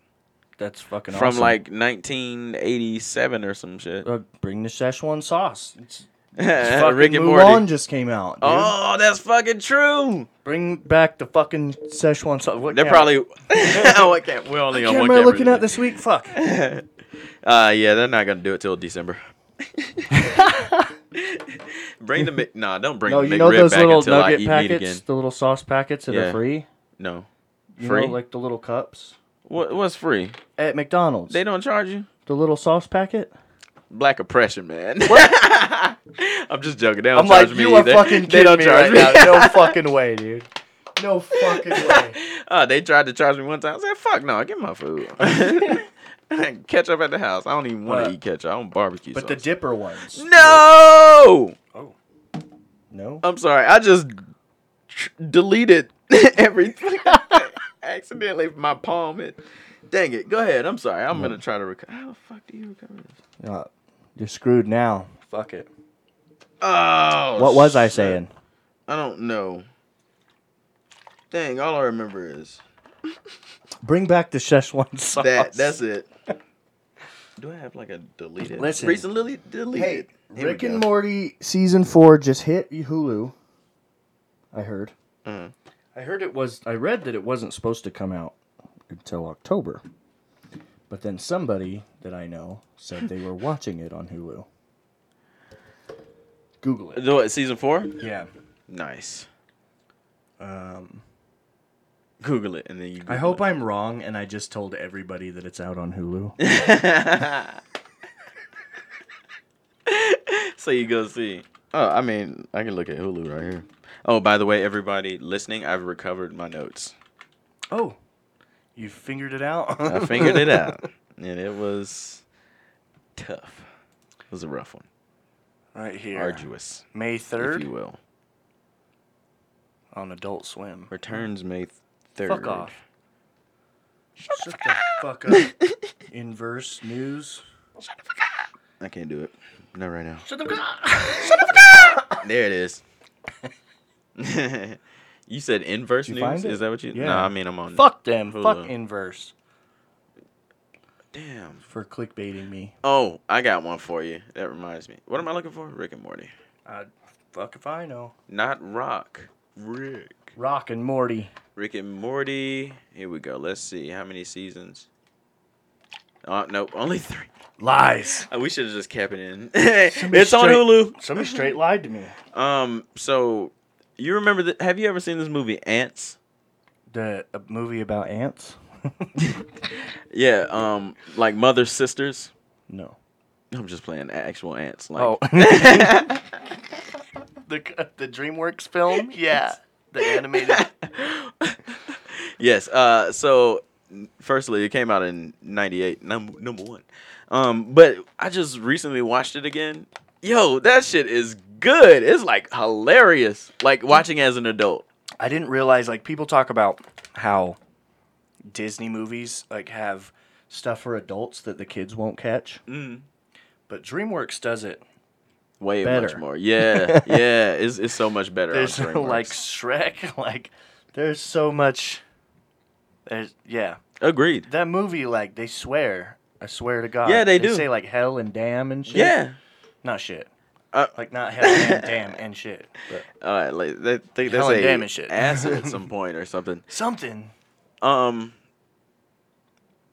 [SPEAKER 2] That's fucking
[SPEAKER 1] from
[SPEAKER 2] awesome.
[SPEAKER 1] like 1987 or some shit.
[SPEAKER 2] Uh, bring the Szechuan sauce. It's, fucking
[SPEAKER 1] Uh, Rick and
[SPEAKER 2] Mulan
[SPEAKER 1] Morty.
[SPEAKER 2] just came out. Dude.
[SPEAKER 1] Oh, that's fucking true.
[SPEAKER 2] Bring back the fucking Szechuan sauce. What
[SPEAKER 1] They're
[SPEAKER 2] camera?
[SPEAKER 1] probably. oh, I can't. We're only on
[SPEAKER 2] What
[SPEAKER 1] one
[SPEAKER 2] camera
[SPEAKER 1] camera.
[SPEAKER 2] am I looking at
[SPEAKER 1] today.
[SPEAKER 2] this week? Fuck.
[SPEAKER 1] Uh, yeah, they're not gonna do it till December. bring the Mc- nah, don't bring
[SPEAKER 2] no,
[SPEAKER 1] the
[SPEAKER 2] you know
[SPEAKER 1] McRib
[SPEAKER 2] those
[SPEAKER 1] back
[SPEAKER 2] little
[SPEAKER 1] until I
[SPEAKER 2] nugget
[SPEAKER 1] eat meat again.
[SPEAKER 2] packets, the little sauce packets that
[SPEAKER 1] Yeah.
[SPEAKER 2] are free.
[SPEAKER 1] No,
[SPEAKER 2] You
[SPEAKER 1] Free?
[SPEAKER 2] know, like the little cups
[SPEAKER 1] what what's free?
[SPEAKER 2] at McDonald's.
[SPEAKER 1] They don't charge you.
[SPEAKER 2] the little sauce packet.
[SPEAKER 1] Black oppression, man. I'm just joking. They don't
[SPEAKER 2] I'm
[SPEAKER 1] charge
[SPEAKER 2] like,
[SPEAKER 1] me.
[SPEAKER 2] you are
[SPEAKER 1] either.
[SPEAKER 2] fucking
[SPEAKER 1] They
[SPEAKER 2] kidding
[SPEAKER 1] don't
[SPEAKER 2] me
[SPEAKER 1] charge
[SPEAKER 2] right now. No fucking way, dude. No fucking way.
[SPEAKER 1] Uh, they tried to charge me one time. I said, "Fuck no, get my food." ketchup at the house. I don't even want to
[SPEAKER 2] Uh,
[SPEAKER 1] eat ketchup. I want barbecue
[SPEAKER 2] But the
[SPEAKER 1] sauce.
[SPEAKER 2] dipper ones.
[SPEAKER 1] no.
[SPEAKER 2] No.
[SPEAKER 1] I'm sorry. I just tr- deleted everything. Accidentally, my palm. It. Dang it. Go ahead. I'm sorry. I'm
[SPEAKER 2] Mm.
[SPEAKER 1] gonna try to recover. How the fuck do you recover this?
[SPEAKER 2] Uh, you're screwed now. Fuck it.
[SPEAKER 1] Oh.
[SPEAKER 2] What was I
[SPEAKER 1] shit.
[SPEAKER 2] saying?
[SPEAKER 1] I don't know. Dang. All I remember is
[SPEAKER 2] Bring back the Szechuan sauce.
[SPEAKER 1] that. That's it. Do I have like a deleted?
[SPEAKER 2] Listen.
[SPEAKER 1] Recently deleted. Here we
[SPEAKER 2] Rick and
[SPEAKER 1] go.
[SPEAKER 2] Morty season four just hit Hulu. I heard.
[SPEAKER 1] Mhm.
[SPEAKER 2] I heard it was. I read that it wasn't supposed to come out until October, but then somebody that I know said they were watching it on Hulu. Google it.
[SPEAKER 1] The what, season four?
[SPEAKER 2] Yeah.
[SPEAKER 1] Nice.
[SPEAKER 2] Um,
[SPEAKER 1] Google it and then you. Google
[SPEAKER 2] I hope I'm wrong, and I just told everybody that it's out on Hulu.
[SPEAKER 1] it. So you go see. Oh, I mean, I can look at Hulu right here. Oh, by the way, everybody listening, I've recovered my notes.
[SPEAKER 2] oh, you figured it out.
[SPEAKER 1] I figured it out, and it was tough. It was a rough one,
[SPEAKER 3] Right here.
[SPEAKER 1] arduous,
[SPEAKER 3] May
[SPEAKER 1] if you
[SPEAKER 3] 3rd
[SPEAKER 1] will.
[SPEAKER 3] on Adult Swim.
[SPEAKER 1] Returns May third.
[SPEAKER 2] Fuck off. Shut the fuck up. Inverse news.
[SPEAKER 1] I can't do it. Not right now.
[SPEAKER 2] Shut the fuck up.
[SPEAKER 1] There it is. you said inverse
[SPEAKER 2] Did you
[SPEAKER 1] news.
[SPEAKER 2] find it?
[SPEAKER 1] Is that what you?
[SPEAKER 2] Yeah.
[SPEAKER 1] No, I mean I'm on.
[SPEAKER 3] Fuck them.
[SPEAKER 1] Hold
[SPEAKER 3] Fuck
[SPEAKER 1] on.
[SPEAKER 3] Inverse.
[SPEAKER 1] Damn.
[SPEAKER 2] For clickbaiting me.
[SPEAKER 1] Oh, I got one for you. That reminds me. What am I looking for? Rick and Morty.
[SPEAKER 2] Uh, fuck if I know.
[SPEAKER 1] Not Rock. Rick.
[SPEAKER 2] Rock and Morty.
[SPEAKER 1] Rick and Morty. Here we go. Let's see how many seasons. Uh, no, only three.
[SPEAKER 2] Lies.
[SPEAKER 1] Uh, we should have just kept it in. it's on
[SPEAKER 2] straight-
[SPEAKER 1] Hulu.
[SPEAKER 2] Somebody straight lied to me.
[SPEAKER 1] Um, so you remember that? Have you ever seen this movie Ants?
[SPEAKER 2] The a movie about ants?
[SPEAKER 1] Yeah. Um, like mother sisters.
[SPEAKER 2] No. Oh.
[SPEAKER 1] I'm just playing actual ants. Like,
[SPEAKER 3] The, the DreamWorks film? Yeah. The animated.
[SPEAKER 1] yes. Uh, so, firstly, it came out in '98, number number one. Um, but I just recently watched it again. Yo, that shit is good. It's like hilarious. Like watching as an adult.
[SPEAKER 3] I didn't realize like people talk about how Disney movies like have
[SPEAKER 2] Stuff for adults that the kids won't catch.
[SPEAKER 1] Mm.
[SPEAKER 3] but DreamWorks does it.
[SPEAKER 1] Way much
[SPEAKER 2] Better.
[SPEAKER 1] more. Yeah, yeah. It's, it's so much better. on
[SPEAKER 3] There's no
[SPEAKER 1] DreamWorks.
[SPEAKER 3] like Shrek, like there's so much there's yeah.
[SPEAKER 1] agreed.
[SPEAKER 3] That movie like they swear. I swear to God.
[SPEAKER 1] Yeah, they do.
[SPEAKER 3] say like
[SPEAKER 2] Hell and damn and shit.
[SPEAKER 1] Yeah,
[SPEAKER 3] not shit.
[SPEAKER 1] Uh,
[SPEAKER 2] like not Helen and damn and shit.
[SPEAKER 1] all right, like they think that's
[SPEAKER 2] Helen
[SPEAKER 1] a
[SPEAKER 2] Damn and shit.
[SPEAKER 1] acid at some point or something.
[SPEAKER 2] Something.
[SPEAKER 1] Um,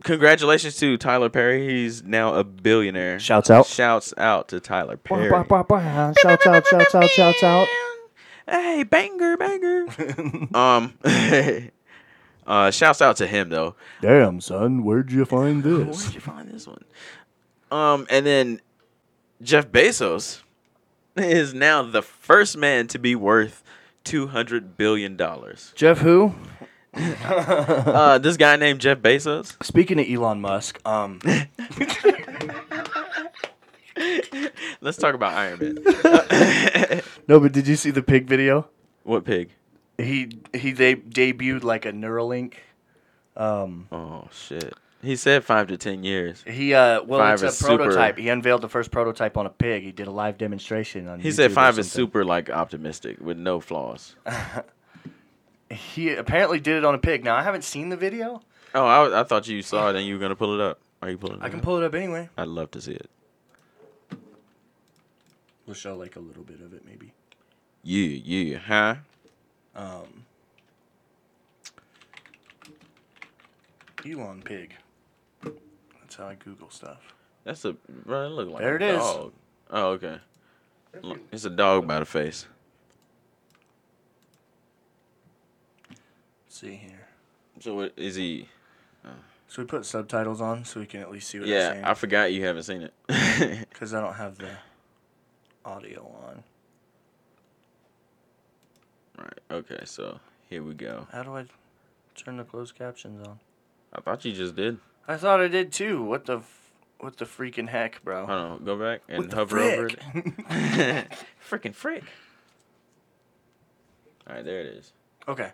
[SPEAKER 1] congratulations to Tyler Perry. He's now a billionaire.
[SPEAKER 4] Shouts out.
[SPEAKER 1] Shouts out to Tyler Perry.
[SPEAKER 4] Bah, bah, bah, bah. Shouts out, shouts out, shouts out.
[SPEAKER 1] Hey, banger, banger. um, uh, shouts out to him though.
[SPEAKER 4] Damn, son, where'd you find
[SPEAKER 1] Where
[SPEAKER 4] this?
[SPEAKER 1] did you find this one? Um, and then Jeff Bezos is now the first man to be worth two hundred billion dollars.
[SPEAKER 4] Jeff, who?
[SPEAKER 1] Uh, this guy named Jeff Bezos.
[SPEAKER 2] Speaking of Elon Musk, um,
[SPEAKER 1] Let's talk about Iron Man.
[SPEAKER 2] no, but did you see the pig video?
[SPEAKER 1] What pig?
[SPEAKER 2] He he they debuted like a Neuralink. Um,
[SPEAKER 1] Oh shit. He said five to ten years.
[SPEAKER 2] he uh, well,
[SPEAKER 1] Five is
[SPEAKER 2] it's a
[SPEAKER 1] super-
[SPEAKER 2] prototype. He unveiled the first prototype on a pig. He did a live demonstration on.
[SPEAKER 1] He
[SPEAKER 2] YouTube
[SPEAKER 1] said
[SPEAKER 2] or
[SPEAKER 1] five is
[SPEAKER 2] something.
[SPEAKER 1] super like optimistic with no flaws.
[SPEAKER 2] He apparently did it on a pig. Now I haven't seen the video.
[SPEAKER 1] Oh, I, I thought you saw it and you were gonna pull it up. Are you pulling it
[SPEAKER 2] I can
[SPEAKER 1] up?
[SPEAKER 2] pull it up anyway.
[SPEAKER 1] I'd love to see it.
[SPEAKER 2] We'll show like a little bit of it maybe.
[SPEAKER 1] You, you, huh?
[SPEAKER 2] Um, Elon Pig. That's how I Google stuff.
[SPEAKER 1] That's a bro. It look like a
[SPEAKER 2] There it is.
[SPEAKER 1] dog. Oh, okay. Look, It's a dog by the face.
[SPEAKER 2] Let's see here.
[SPEAKER 1] So what is he?
[SPEAKER 2] So we put subtitles on so we can at least see what I'm
[SPEAKER 1] Yeah,
[SPEAKER 2] saying.
[SPEAKER 1] I forgot you haven't seen it.
[SPEAKER 2] because I don't have the audio on.
[SPEAKER 1] right. Okay. So here we go.
[SPEAKER 2] How do I turn the closed captions on?
[SPEAKER 1] I thought you just did.
[SPEAKER 2] I thought I did too. What the, f- what the freaking heck, bro?
[SPEAKER 1] Hold on. Go back and
[SPEAKER 2] What the
[SPEAKER 1] hover over it.
[SPEAKER 2] frick?
[SPEAKER 1] Freaking frick. All right, there it is.
[SPEAKER 2] okay,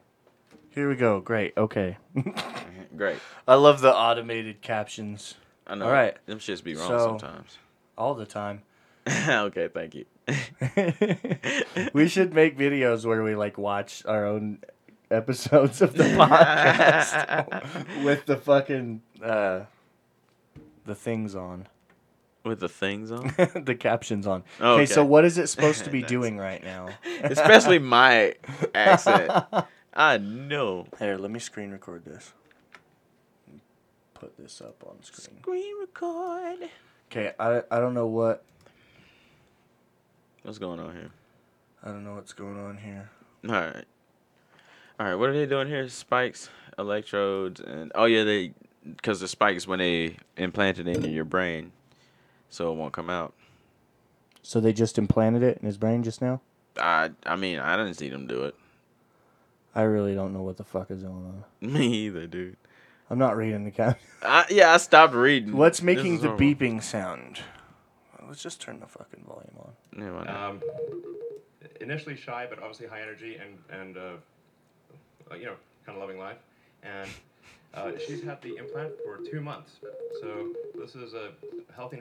[SPEAKER 2] here we go. Great. Okay,
[SPEAKER 1] Great.
[SPEAKER 2] I love the automated captions
[SPEAKER 1] I know.
[SPEAKER 2] All right.
[SPEAKER 1] Them shits be wrong
[SPEAKER 2] So-
[SPEAKER 1] sometimes.
[SPEAKER 2] all the time.
[SPEAKER 1] okay, thank you.
[SPEAKER 2] we should make videos where we like watch our own episodes of the podcast with the fucking uh, the things on,
[SPEAKER 1] With the things on,
[SPEAKER 2] the captions on.
[SPEAKER 1] Oh,
[SPEAKER 2] okay,
[SPEAKER 1] okay.
[SPEAKER 2] so what is it supposed to be
[SPEAKER 1] Nice.
[SPEAKER 2] doing right now?
[SPEAKER 1] especially my accent. I know.
[SPEAKER 2] Here, let me screen record this. Put this up on screen.
[SPEAKER 1] Screen record.
[SPEAKER 2] Okay, I I don't know what
[SPEAKER 1] What's going on here?
[SPEAKER 2] I don't know what's going on here.
[SPEAKER 1] All right, all right. What are they doing here? Spikes, electrodes, and oh yeah, they because the spikes when they implanted it in your brain, so it won't come out.
[SPEAKER 4] So they just implanted it in his brain just now?
[SPEAKER 1] I I mean I didn't see them do it.
[SPEAKER 4] I really don't know what the fuck is going on.
[SPEAKER 1] Me either, dude.
[SPEAKER 4] I'm not reading the cap.
[SPEAKER 1] I, yeah, I stopped reading.
[SPEAKER 2] What's
[SPEAKER 1] This
[SPEAKER 2] making
[SPEAKER 1] is
[SPEAKER 2] the
[SPEAKER 1] horrible.
[SPEAKER 2] beeping sound? Well, Let's just turn the fucking volume on.
[SPEAKER 1] Yeah, why not?
[SPEAKER 5] Um, initially shy, but obviously high energy and and uh, uh, you know, kind of loving life. And uh, she's had the implant for two months, so this is a healthy.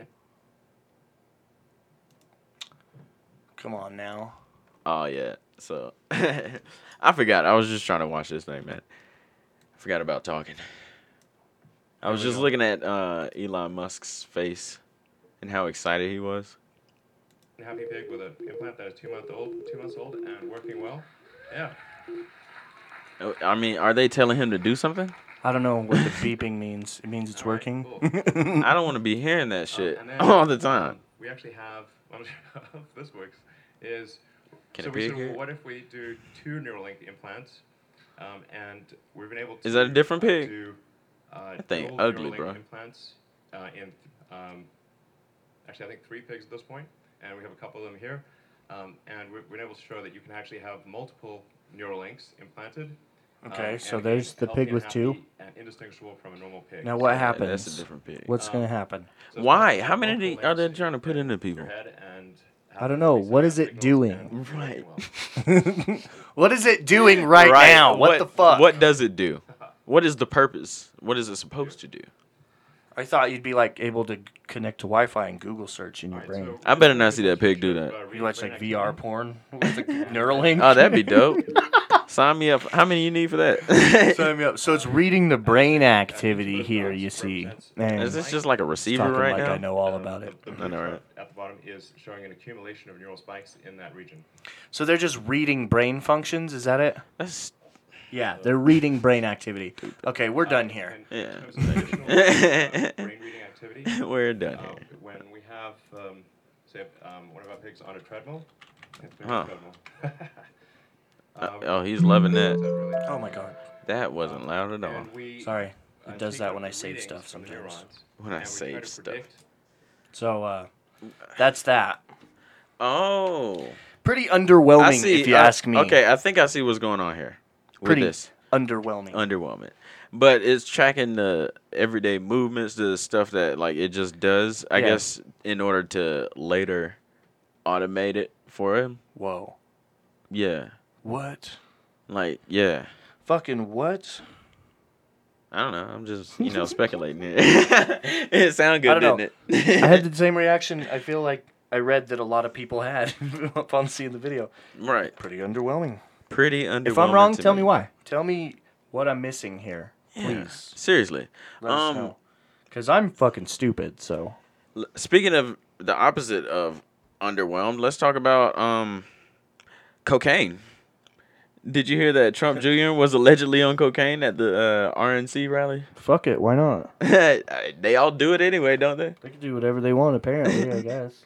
[SPEAKER 2] Come on now.
[SPEAKER 1] Oh yeah. So I forgot. I was just trying to watch this thing, man. I forgot about talking. I was
[SPEAKER 2] we
[SPEAKER 1] just
[SPEAKER 2] go.
[SPEAKER 1] looking at uh, Elon Musk's face and how excited he was.
[SPEAKER 5] and happy pig with an implant that is two month old, two months old, and working well. Yeah.
[SPEAKER 1] Oh, I mean, are they telling him to do something?
[SPEAKER 2] I don't know what the beeping means. It means it's
[SPEAKER 5] All right,
[SPEAKER 2] working.
[SPEAKER 5] cool.
[SPEAKER 1] I don't want to be hearing that
[SPEAKER 5] Um,
[SPEAKER 1] shit
[SPEAKER 5] and then,
[SPEAKER 1] all the time.
[SPEAKER 5] um, we actually have. I don't know if this works. Is
[SPEAKER 1] Can
[SPEAKER 5] so
[SPEAKER 1] it
[SPEAKER 5] we
[SPEAKER 1] be
[SPEAKER 5] said,
[SPEAKER 1] here?
[SPEAKER 5] well, what if we do two Neuralink implants? Um, and we've been able to.
[SPEAKER 1] Is that a different
[SPEAKER 5] uh,
[SPEAKER 1] pig?
[SPEAKER 5] Do, uh,
[SPEAKER 1] That thing
[SPEAKER 5] dual
[SPEAKER 1] ugly,
[SPEAKER 5] Neuralink
[SPEAKER 1] bro.
[SPEAKER 5] Implants uh, in um, actually I think three pigs at this point, and we have a couple of them here, um, and we're, we're able to show that you can actually have multiple Neuralinks implanted. um,
[SPEAKER 2] Okay,
[SPEAKER 5] and
[SPEAKER 2] so
[SPEAKER 5] again,
[SPEAKER 4] there's the
[SPEAKER 5] healthy
[SPEAKER 4] pig
[SPEAKER 5] and
[SPEAKER 4] with two.
[SPEAKER 5] happy And uh, indistinguishable from a normal pig.
[SPEAKER 4] Now what
[SPEAKER 5] So-
[SPEAKER 1] Yeah, that's
[SPEAKER 4] happens?
[SPEAKER 1] a different pig.
[SPEAKER 4] What's
[SPEAKER 5] Um,
[SPEAKER 4] going to happen?
[SPEAKER 5] so
[SPEAKER 1] Why?
[SPEAKER 5] it's
[SPEAKER 1] How many
[SPEAKER 5] multiple
[SPEAKER 1] do- are they
[SPEAKER 5] links
[SPEAKER 1] trying to put
[SPEAKER 5] in
[SPEAKER 1] into
[SPEAKER 5] your
[SPEAKER 1] people?
[SPEAKER 5] head and
[SPEAKER 4] I don't know. What is it
[SPEAKER 5] signals
[SPEAKER 4] doing?
[SPEAKER 5] and-
[SPEAKER 1] Right.
[SPEAKER 2] what is it doing right, now? What, the fuck?
[SPEAKER 1] What does it do? What is the purpose? What is it supposed to do?
[SPEAKER 2] I thought you'd be like able to connect to Wi-Fi and Google search in your
[SPEAKER 5] Alright,
[SPEAKER 2] brain.
[SPEAKER 5] so-
[SPEAKER 1] I better not see that pig do that.
[SPEAKER 5] Uh,
[SPEAKER 2] you watch like
[SPEAKER 5] reenactment.
[SPEAKER 2] VR porn with the Neuralink.
[SPEAKER 1] Oh, that'd be Oh, dope. Sign me up. How many you need for that?
[SPEAKER 2] Sign me up. So it's reading the brain activity here, you see. And
[SPEAKER 1] Is this just like a receiver
[SPEAKER 2] talking
[SPEAKER 1] right
[SPEAKER 2] like
[SPEAKER 1] now?
[SPEAKER 2] I know all
[SPEAKER 5] Um,
[SPEAKER 2] about it.
[SPEAKER 5] the- the
[SPEAKER 1] I know,
[SPEAKER 5] blue
[SPEAKER 1] right?
[SPEAKER 5] chart At the bottom is showing an accumulation of neural spikes in that region.
[SPEAKER 2] So they're just reading brain functions, is that it?
[SPEAKER 1] That's
[SPEAKER 2] Yeah, they're reading brain activity. Okay, we're done here.
[SPEAKER 5] And
[SPEAKER 1] Yeah.
[SPEAKER 5] there's an additional, uh, brain reading activity.
[SPEAKER 1] we're done
[SPEAKER 5] Um,
[SPEAKER 1] here.
[SPEAKER 5] when we have, um, say, um, one of our pigs on a treadmill, it's been
[SPEAKER 1] Huh.
[SPEAKER 5] a treadmill.
[SPEAKER 1] Uh,
[SPEAKER 5] Um,
[SPEAKER 1] oh, he's loving that.
[SPEAKER 5] so really-
[SPEAKER 2] Oh my god.
[SPEAKER 1] That wasn't loud at all.
[SPEAKER 5] and we,
[SPEAKER 2] Sorry.
[SPEAKER 5] uh,
[SPEAKER 2] It does
[SPEAKER 5] take
[SPEAKER 2] that
[SPEAKER 5] out
[SPEAKER 2] when
[SPEAKER 5] the
[SPEAKER 2] I save
[SPEAKER 5] readings
[SPEAKER 2] stuff
[SPEAKER 5] from the
[SPEAKER 2] sometimes.
[SPEAKER 5] neurons,
[SPEAKER 1] When I
[SPEAKER 5] and we try
[SPEAKER 1] save
[SPEAKER 5] to
[SPEAKER 1] stuff.
[SPEAKER 5] predict-
[SPEAKER 2] So uh that's that.
[SPEAKER 1] Oh.
[SPEAKER 2] Pretty underwhelming
[SPEAKER 1] I see.
[SPEAKER 2] if you
[SPEAKER 1] I-
[SPEAKER 2] ask me.
[SPEAKER 1] Okay, I think I see what's going on here.
[SPEAKER 2] Pretty
[SPEAKER 1] With this.
[SPEAKER 2] underwhelming.
[SPEAKER 1] underwhelming. But it's tracking the everyday movements, the stuff that like it just does, I
[SPEAKER 2] Yeah.
[SPEAKER 1] guess, in order to later automate it for him.
[SPEAKER 2] Whoa.
[SPEAKER 1] Yeah.
[SPEAKER 2] What?
[SPEAKER 1] Like, yeah.
[SPEAKER 2] Fucking what?
[SPEAKER 1] I don't know. I'm just, you know, speculating here. it sounded
[SPEAKER 2] I
[SPEAKER 1] good,
[SPEAKER 2] don't
[SPEAKER 1] didn't
[SPEAKER 2] know.
[SPEAKER 1] it?
[SPEAKER 2] I had the same reaction I feel like I read that a lot of people had upon seeing the video.
[SPEAKER 1] right.
[SPEAKER 2] Pretty underwhelming.
[SPEAKER 1] Pretty underwhelming.
[SPEAKER 4] If I'm wrong,
[SPEAKER 1] to
[SPEAKER 4] tell me why.
[SPEAKER 2] Tell me what I'm missing here,
[SPEAKER 1] Yeah.
[SPEAKER 2] please.
[SPEAKER 1] Seriously.
[SPEAKER 2] Let us
[SPEAKER 1] um
[SPEAKER 2] know. Because I'm fucking stupid, so.
[SPEAKER 1] L- Speaking of the opposite of underwhelmed, let's talk about um cocaine. Did you hear that Trump Jr. was allegedly on cocaine at the uh, RNC rally?
[SPEAKER 4] Fuck it, why not?
[SPEAKER 1] they all do it anyway, don't they?
[SPEAKER 4] They can do whatever they want, apparently, I guess.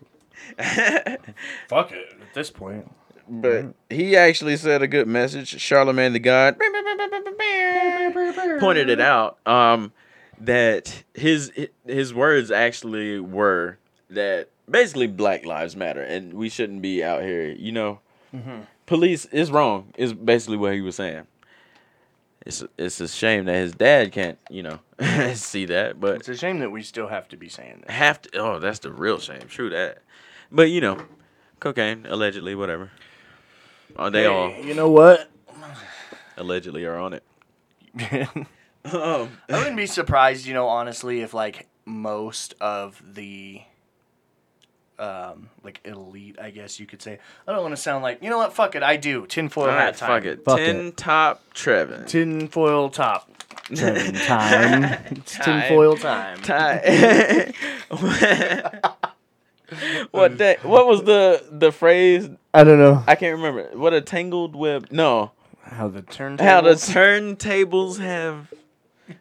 [SPEAKER 4] Fuck it, at this point.
[SPEAKER 1] But
[SPEAKER 4] Mm-hmm.
[SPEAKER 1] he actually said a good message. Charlemagne the God pointed it out um, that his his words actually were that basically Black Lives Matter and we shouldn't be out here. You know,
[SPEAKER 4] Mm-hmm.
[SPEAKER 1] police is wrong. Is basically what he was saying. It's it's a shame that his dad can't you know see that, but
[SPEAKER 2] It's a shame that we still have to be saying that.
[SPEAKER 1] have to. Oh, that's the real shame. True that. But you know, cocaine allegedly, whatever. Oh, they all
[SPEAKER 4] You know what?
[SPEAKER 1] allegedly are on it.
[SPEAKER 2] I
[SPEAKER 4] Oh.
[SPEAKER 1] Um,
[SPEAKER 2] wouldn't be surprised, you know, honestly, if like most of the um like elite, I guess you could say. I don't want to sound like you know what, fuck it, I do. Tinfoil
[SPEAKER 1] all
[SPEAKER 2] hat
[SPEAKER 1] right,
[SPEAKER 2] time.
[SPEAKER 1] fuck it.
[SPEAKER 4] Fuck
[SPEAKER 1] Tin
[SPEAKER 4] it.
[SPEAKER 1] top Trevin.
[SPEAKER 2] Tinfoil top.
[SPEAKER 4] Time. time. It's
[SPEAKER 1] Time.
[SPEAKER 4] tinfoil time.
[SPEAKER 1] Ty- what that? What was the the phrase?
[SPEAKER 4] I don't know
[SPEAKER 1] I can't remember. What a tangled web. No,
[SPEAKER 4] how the turn.
[SPEAKER 1] how the turntables have.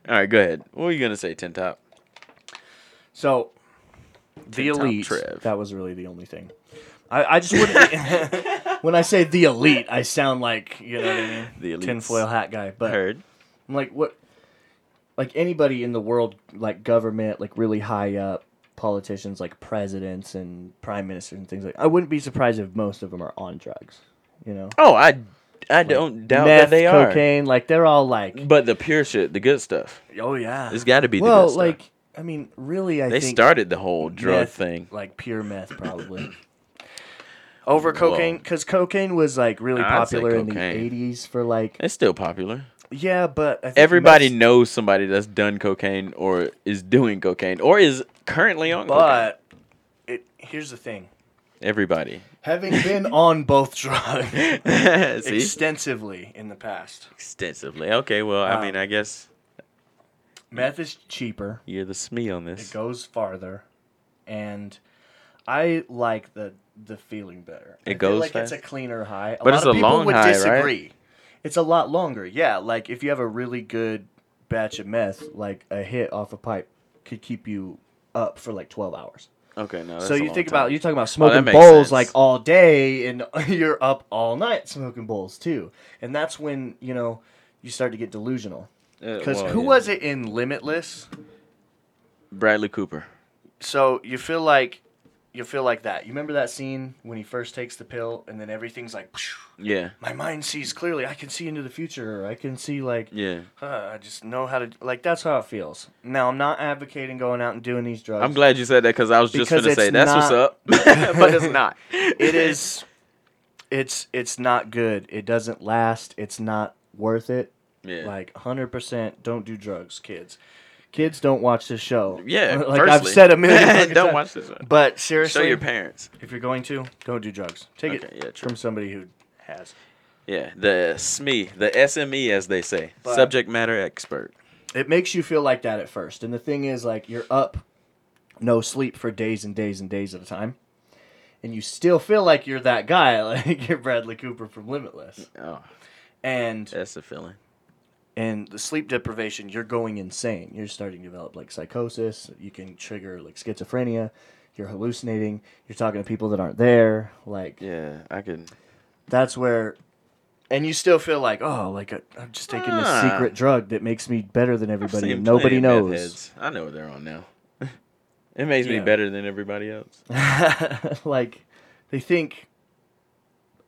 [SPEAKER 1] All right, go ahead. What were you gonna say, Tin Top?
[SPEAKER 4] So, the
[SPEAKER 1] Tin Top
[SPEAKER 4] elite.
[SPEAKER 1] Trev.
[SPEAKER 4] That was really the only thing. I, I just wouldn't. when I say the elite, I sound like you know what I mean.
[SPEAKER 1] The elites.
[SPEAKER 4] tinfoil hat guy. But
[SPEAKER 1] Heard.
[SPEAKER 4] I'm like, what? Like anybody in the world, like government, like really high up politicians, like presidents and prime ministers and things like. I wouldn't be surprised if most of them are on drugs. You know,
[SPEAKER 1] Oh, I, I don't doubt
[SPEAKER 4] meth,
[SPEAKER 1] that they are.
[SPEAKER 4] cocaine. Like they're all like.
[SPEAKER 1] But the pure shit, the good stuff.
[SPEAKER 2] Oh yeah.
[SPEAKER 1] It's got to be the
[SPEAKER 4] well,
[SPEAKER 1] good stuff.
[SPEAKER 4] like I mean, really, I
[SPEAKER 1] they
[SPEAKER 4] think
[SPEAKER 1] started the whole drug
[SPEAKER 4] meth,
[SPEAKER 1] thing.
[SPEAKER 4] like pure meth, probably.
[SPEAKER 2] Over
[SPEAKER 1] cocaine?
[SPEAKER 2] cocaine.
[SPEAKER 4] because cocaine was like really
[SPEAKER 1] I'd say
[SPEAKER 4] popular in the
[SPEAKER 1] cocaine.
[SPEAKER 4] 80s for like
[SPEAKER 1] It's still popular.
[SPEAKER 4] yeah but I think
[SPEAKER 1] Everybody
[SPEAKER 4] most-
[SPEAKER 1] knows somebody that's done cocaine or is doing cocaine or is currently on cocaine.
[SPEAKER 2] But it here's the thing.
[SPEAKER 1] Everybody.
[SPEAKER 4] having been on both drugs
[SPEAKER 1] See?
[SPEAKER 2] extensively in the past.
[SPEAKER 1] Extensively. Okay, well, I
[SPEAKER 2] Um,
[SPEAKER 1] mean, I guess
[SPEAKER 4] meth is cheaper
[SPEAKER 1] you're the SME on
[SPEAKER 4] it
[SPEAKER 1] this.
[SPEAKER 4] goes farther and I like the the feeling better
[SPEAKER 1] It
[SPEAKER 4] I feel
[SPEAKER 1] goes
[SPEAKER 4] like it's a
[SPEAKER 1] fast?
[SPEAKER 4] cleaner high a
[SPEAKER 1] But
[SPEAKER 4] lot
[SPEAKER 1] it's
[SPEAKER 4] of
[SPEAKER 1] a
[SPEAKER 4] people
[SPEAKER 1] long
[SPEAKER 4] would
[SPEAKER 1] high, right?
[SPEAKER 4] disagree it's a lot longer yeah like if you have a really good batch of meth like a hit off a pipe could keep you up for like 12 hours
[SPEAKER 1] Okay, no. That's
[SPEAKER 4] So
[SPEAKER 1] a
[SPEAKER 4] you
[SPEAKER 1] long
[SPEAKER 4] think
[SPEAKER 1] time. Oh,
[SPEAKER 4] about you're talking about smoking
[SPEAKER 1] makes
[SPEAKER 4] bowls
[SPEAKER 1] sense.
[SPEAKER 4] like all day, and you're up all night smoking bowls too, and that's when you know you start to get delusional.
[SPEAKER 1] Uh,
[SPEAKER 2] Because
[SPEAKER 1] well,
[SPEAKER 2] who
[SPEAKER 1] yeah.
[SPEAKER 2] was it in Limitless?
[SPEAKER 1] Bradley Cooper.
[SPEAKER 2] So you feel like you feel like that. You remember that scene when he first takes the pill and then everything's like, "Phew,
[SPEAKER 1] Yeah.
[SPEAKER 2] my mind sees clearly. I can see into the future. I can see like,
[SPEAKER 1] Yeah.
[SPEAKER 2] huh, I just know how to. Like that's how it feels. Now I'm not advocating going out and doing these drugs.
[SPEAKER 1] I'm glad you said that because I was just
[SPEAKER 4] Because
[SPEAKER 1] going to say
[SPEAKER 4] it's
[SPEAKER 1] that's what's
[SPEAKER 4] not-
[SPEAKER 1] up. but it's not.
[SPEAKER 2] It is.
[SPEAKER 4] It's it's not good. It doesn't last. It's not worth it.
[SPEAKER 1] Yeah.
[SPEAKER 4] Like 100%, don't do drugs, kids. Kids don't watch this show.
[SPEAKER 1] Yeah,
[SPEAKER 4] like I've
[SPEAKER 1] firstly.
[SPEAKER 4] said a million. fucking
[SPEAKER 1] Don't
[SPEAKER 4] times.
[SPEAKER 1] watch this one.
[SPEAKER 2] But
[SPEAKER 1] Show
[SPEAKER 2] seriously,
[SPEAKER 1] your parents.
[SPEAKER 4] If you're going to, don't do drugs. Take
[SPEAKER 1] Okay,
[SPEAKER 4] it
[SPEAKER 1] yeah, true.
[SPEAKER 4] from somebody who has.
[SPEAKER 1] Yeah, the SME, the SME, as they say,
[SPEAKER 2] But-
[SPEAKER 1] subject matter expert.
[SPEAKER 2] it makes you feel like that at first. And the thing is, like, you're up, no sleep for days and days and days at a time. And you still feel like you're that guy, like you're Bradley Cooper from Limitless.
[SPEAKER 1] Oh,
[SPEAKER 2] And
[SPEAKER 1] that's the feeling.
[SPEAKER 2] and the sleep deprivation, you're going insane. You're starting to develop like psychosis. You can trigger like schizophrenia. You're hallucinating. You're talking to people that aren't there. Like
[SPEAKER 1] Yeah, I can.
[SPEAKER 2] that's where, and you still feel like, oh, like I, I'm just taking
[SPEAKER 1] Ah.
[SPEAKER 2] this secret drug that makes me better than
[SPEAKER 1] I've
[SPEAKER 2] everybody,
[SPEAKER 1] seen
[SPEAKER 2] and nobody
[SPEAKER 1] plenty of
[SPEAKER 2] knows.
[SPEAKER 1] meth heads. I know what they're on now. it makes me
[SPEAKER 2] Yeah.
[SPEAKER 1] better than everybody else.
[SPEAKER 2] like they think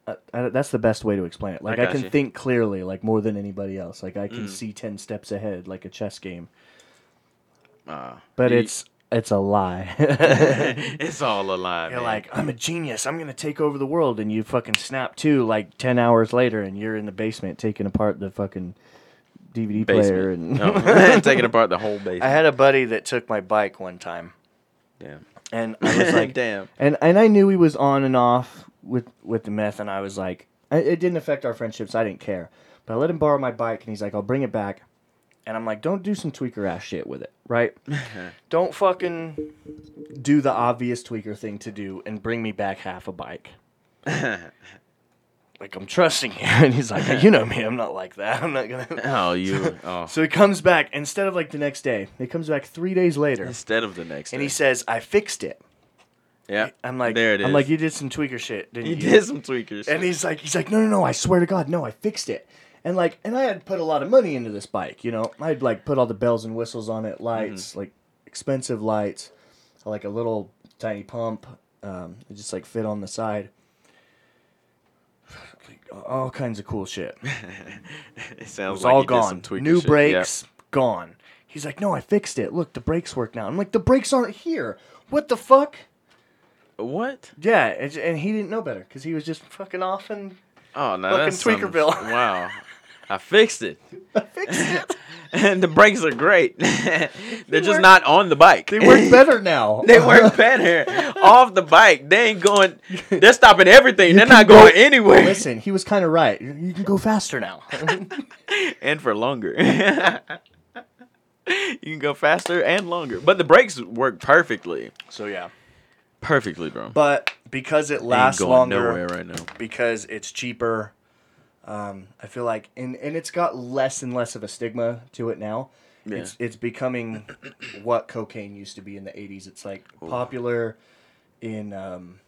[SPEAKER 2] I, I, don't- that's the best way to explain it like
[SPEAKER 1] I
[SPEAKER 2] i,
[SPEAKER 1] got
[SPEAKER 2] can
[SPEAKER 1] you.
[SPEAKER 2] think clearly like more than anybody else like i can
[SPEAKER 1] Mm.
[SPEAKER 2] see 10 steps ahead like a chess game
[SPEAKER 1] Uh,
[SPEAKER 2] but
[SPEAKER 1] you-
[SPEAKER 2] it's it's a lie
[SPEAKER 1] it's all a lie.
[SPEAKER 2] you're
[SPEAKER 1] man.
[SPEAKER 2] like i'm a genius i'm gonna take over the world and you fucking snap to like 10 hours later and you're in the basement taking apart the fucking dvd player and
[SPEAKER 1] Basement. Oh, taking apart the whole basement.
[SPEAKER 6] I had a buddy that took my bike one time,
[SPEAKER 1] Damn.
[SPEAKER 6] and I was like,
[SPEAKER 1] damn.
[SPEAKER 2] and and I knew he was on and off with with the meth, and I was like, I, it didn't affect our friendships. I didn't care, but I let him borrow my bike, and he's like, I'll bring it back, and I'm like, don't do some tweaker ass shit with it, right?
[SPEAKER 6] "Don't fucking."
[SPEAKER 2] do the obvious tweaker thing to do and bring me back half a bike.
[SPEAKER 6] Like I'm trusting you, and he's like, "You know me, I'm not like that. I'm not gonna."
[SPEAKER 1] Oh, you. Oh.
[SPEAKER 2] So he comes back instead of like the next day. He comes back three days later,
[SPEAKER 1] Instead of the next.
[SPEAKER 6] And
[SPEAKER 1] day.
[SPEAKER 6] he said,
[SPEAKER 2] says, "I fixed it."
[SPEAKER 1] "Yeah,
[SPEAKER 6] "I'm like,
[SPEAKER 1] there it is.
[SPEAKER 2] I'm like, "You did some tweaker shit, didn't
[SPEAKER 1] you
[SPEAKER 2] you?"
[SPEAKER 1] did some tweakers."
[SPEAKER 2] And he's like, he's like, no, no, no, I swear to God, no, I fixed it. And like, and I had put a lot of money into this bike, you know, I'd like put all the bells and whistles on it, lights,
[SPEAKER 1] Mm-hmm.
[SPEAKER 2] like expensive lights, like a little tiny pump, um, it just like fit on the side, Like, all kinds of cool shit. It
[SPEAKER 1] it sounds
[SPEAKER 2] was
[SPEAKER 1] like
[SPEAKER 2] all
[SPEAKER 1] you did some
[SPEAKER 2] gone,
[SPEAKER 1] tweaker
[SPEAKER 2] new
[SPEAKER 1] shit.
[SPEAKER 2] brakes, gone. He's like, no, I fixed it. Look, the brakes work now. I'm like, the brakes aren't here. What the fuck?
[SPEAKER 1] Yeah. What?
[SPEAKER 2] Yeah, and and he didn't know better because he was just fucking off and
[SPEAKER 1] Oh no,
[SPEAKER 2] Fucking
[SPEAKER 1] that's some-
[SPEAKER 2] Tweakerville.
[SPEAKER 1] Wow, I fixed it,
[SPEAKER 2] fixed it.
[SPEAKER 1] and the brakes are great. They're just
[SPEAKER 2] work-
[SPEAKER 1] not on the bike.
[SPEAKER 2] They work better now.
[SPEAKER 1] They work better off the bike. They ain't going. They're stopping everything. They're
[SPEAKER 2] can
[SPEAKER 1] not
[SPEAKER 2] go-
[SPEAKER 1] going anywhere,
[SPEAKER 2] Listen, he was kind of right. You- You can go faster now.
[SPEAKER 1] and for longer. you can go faster and longer, but the brakes work perfectly,
[SPEAKER 6] "So yeah,
[SPEAKER 1] perfectly, bro.
[SPEAKER 2] but
[SPEAKER 6] because it
[SPEAKER 1] ain't
[SPEAKER 6] lasts
[SPEAKER 1] going
[SPEAKER 6] longer,
[SPEAKER 1] nowhere right now.
[SPEAKER 6] because it's cheaper."
[SPEAKER 2] um, I feel like, and, and it's got less and less of a stigma to it now.
[SPEAKER 1] Yeah.
[SPEAKER 2] It's it's becoming what cocaine used to be in the '80s. It's like popular in um,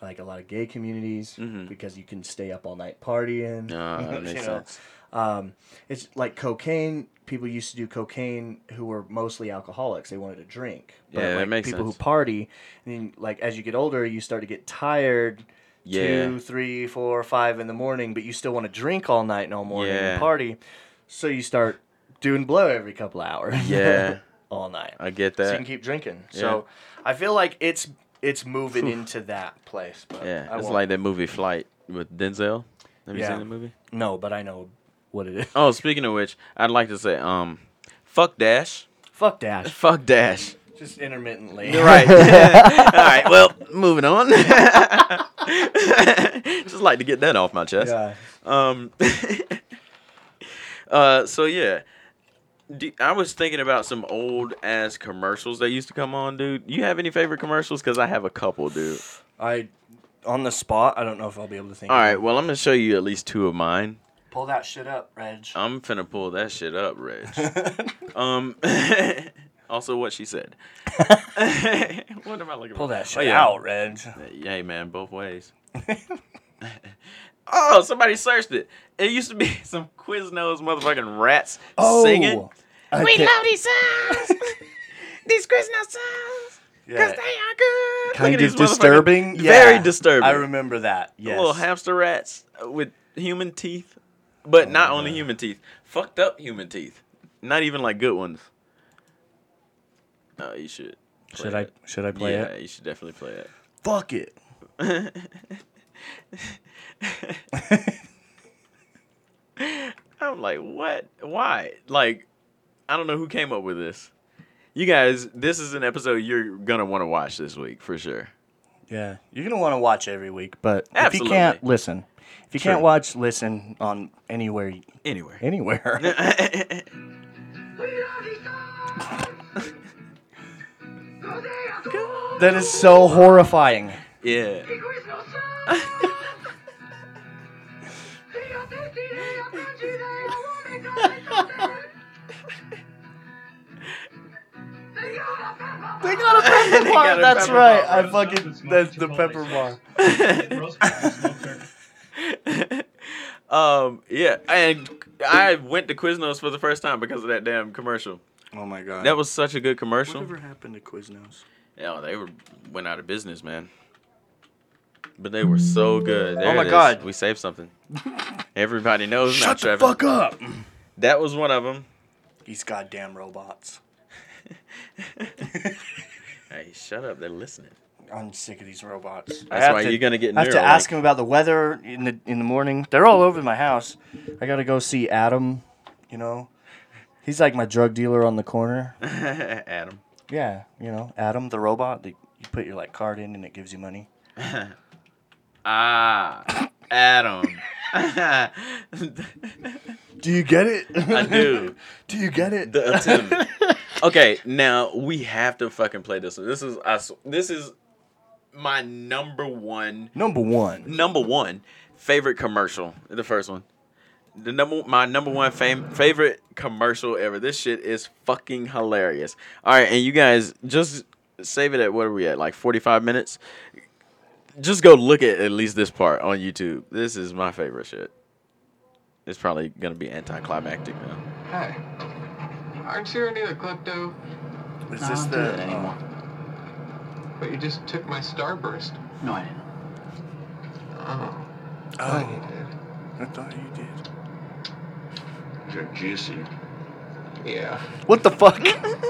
[SPEAKER 2] like a lot of gay communities because you can stay up all night partying.
[SPEAKER 1] No, Mm-hmm. Ah, that makes
[SPEAKER 2] You know?
[SPEAKER 1] sense.
[SPEAKER 2] Um, it's like cocaine. People used to do cocaine who were mostly alcoholics. They wanted to drink.
[SPEAKER 1] Yeah, that
[SPEAKER 2] like,
[SPEAKER 1] makes
[SPEAKER 2] people
[SPEAKER 1] sense.
[SPEAKER 2] who party, and then, like as you get older, you start to get tired.
[SPEAKER 1] Yeah.
[SPEAKER 2] Two, three, four, five in the morning, but you still want to drink all night, no morning,
[SPEAKER 1] Yeah.
[SPEAKER 2] and party. So you start doing blow every couple hours.
[SPEAKER 1] Yeah,
[SPEAKER 2] all night.
[SPEAKER 1] I get
[SPEAKER 6] so you
[SPEAKER 1] that.
[SPEAKER 6] can keep drinking. So I feel like it's it's moving into that place. But
[SPEAKER 1] Yeah,
[SPEAKER 6] I
[SPEAKER 1] it's
[SPEAKER 6] won't-
[SPEAKER 1] like that movie Flight with Denzel. Have you
[SPEAKER 2] Yeah.
[SPEAKER 1] seen the movie?
[SPEAKER 2] No, but I know what it is.
[SPEAKER 1] Oh, speaking of which, I'd like to say, um, fuck Dash,
[SPEAKER 2] Fuck Dash.
[SPEAKER 1] fuck Dash.
[SPEAKER 6] just intermittently.
[SPEAKER 1] You're right. All right. Well, moving on. Just like to get that off my chest.
[SPEAKER 2] Yeah.
[SPEAKER 1] Um. uh. So yeah. Do, I was thinking about some old ass commercials that used to come on, dude. You have any favorite commercials? Cause I have a couple, dude.
[SPEAKER 6] I on the spot. I don't know if I'll be able to think.
[SPEAKER 1] All right. Well, I'm gonna show you at least two of mine.
[SPEAKER 6] pull that shit up, Reg.
[SPEAKER 1] I'm finna pull that shit up, Reg. um, also what she said. what am I looking
[SPEAKER 6] Pull
[SPEAKER 1] for?
[SPEAKER 6] that
[SPEAKER 1] Oh,
[SPEAKER 6] shit
[SPEAKER 1] yeah.
[SPEAKER 6] out, Reg.
[SPEAKER 1] Hey man, both ways. oh, somebody searched it. It used to be some Quiznos motherfucking rats
[SPEAKER 2] Oh,
[SPEAKER 1] singing.
[SPEAKER 2] we love
[SPEAKER 1] these songs. these Quiznos songs.
[SPEAKER 6] Yeah.
[SPEAKER 1] are good. Look at
[SPEAKER 2] Kind of
[SPEAKER 1] these motherfucking-
[SPEAKER 2] disturbing?
[SPEAKER 1] Very
[SPEAKER 6] Yeah,
[SPEAKER 1] disturbing.
[SPEAKER 6] I remember that. Yes.
[SPEAKER 1] Little hamster rats uh, with human teeth, but
[SPEAKER 6] Oh
[SPEAKER 1] not only human teeth, fucked up human teeth. Not even like good ones. Oh, you should. play
[SPEAKER 6] should I
[SPEAKER 1] it.
[SPEAKER 6] should I play
[SPEAKER 1] yeah,
[SPEAKER 6] it?
[SPEAKER 1] you should definitely play it.
[SPEAKER 6] Fuck it.
[SPEAKER 1] I'm like, what? Why? Like, I don't know who came up with this. You guys, this is an episode you're gonna want to watch this week for sure.
[SPEAKER 6] Yeah. You're gonna want to watch every week, but if you
[SPEAKER 1] Absolutely.
[SPEAKER 6] can't listen,
[SPEAKER 2] If you
[SPEAKER 1] True.
[SPEAKER 2] can't watch, listen on anywhere,
[SPEAKER 1] Anyway.
[SPEAKER 2] anywhere. that is so horrifying.
[SPEAKER 1] yeah.
[SPEAKER 2] They got a pepper
[SPEAKER 1] bar, got a that's
[SPEAKER 2] That's
[SPEAKER 1] pepper
[SPEAKER 2] right.
[SPEAKER 1] right,
[SPEAKER 2] I fucking that's the pepper bar.
[SPEAKER 1] um. Yeah. And I went to Quiznos for the first time because of that damn commercial.
[SPEAKER 2] Oh my god.
[SPEAKER 1] That was such a good commercial.
[SPEAKER 2] Whatever happened to Quiznos?
[SPEAKER 1] Yeah, they were went out of business, man. But they were so good. There
[SPEAKER 2] Oh my
[SPEAKER 1] it is.
[SPEAKER 2] God.
[SPEAKER 1] we saved something. Everybody knows now,
[SPEAKER 2] Shut the
[SPEAKER 1] Trevor.
[SPEAKER 2] fuck up.
[SPEAKER 1] That was one of them.
[SPEAKER 2] These goddamn robots.
[SPEAKER 1] Hey, shut up! They're listening.
[SPEAKER 2] I'm sick of these robots. I
[SPEAKER 1] That's
[SPEAKER 2] have
[SPEAKER 1] why
[SPEAKER 2] to-
[SPEAKER 1] you're gonna get.
[SPEAKER 2] I have to
[SPEAKER 1] Neuralink.
[SPEAKER 2] ask him about the weather in the in the morning. They're all over my house. I gotta go see Adam. You know, he's like my drug dealer on the corner.
[SPEAKER 1] Adam.
[SPEAKER 2] Yeah, you know, Adam, the robot that you put your like card in and it gives you money.
[SPEAKER 1] Ah, Adam.
[SPEAKER 2] Do you get it?
[SPEAKER 1] I do.
[SPEAKER 2] do you get it?
[SPEAKER 1] The attempt. Okay, now we have to fucking play this. one. This is I, s- this is my number one
[SPEAKER 2] Number one.
[SPEAKER 1] number one favorite commercial. The first one. The number my number one fam- favorite commercial ever. This shit is fucking hilarious. All right, and you guys just save it at what are we at? Like 45 minutes. Just go look at at least this part on YouTube. This is my favorite shit. It's probably going to be anticlimactic now.
[SPEAKER 7] Hey, aren't you any of the klepto?
[SPEAKER 2] Is
[SPEAKER 8] No,
[SPEAKER 2] this
[SPEAKER 8] I don't do that
[SPEAKER 2] the? uh, oh.
[SPEAKER 8] anymore.
[SPEAKER 7] But you just took my starburst.
[SPEAKER 8] No, I didn't.
[SPEAKER 7] Oh,
[SPEAKER 2] Oh,
[SPEAKER 7] you did.
[SPEAKER 2] I thought you did.
[SPEAKER 9] They're juicy.
[SPEAKER 7] Yeah.
[SPEAKER 2] What the fuck?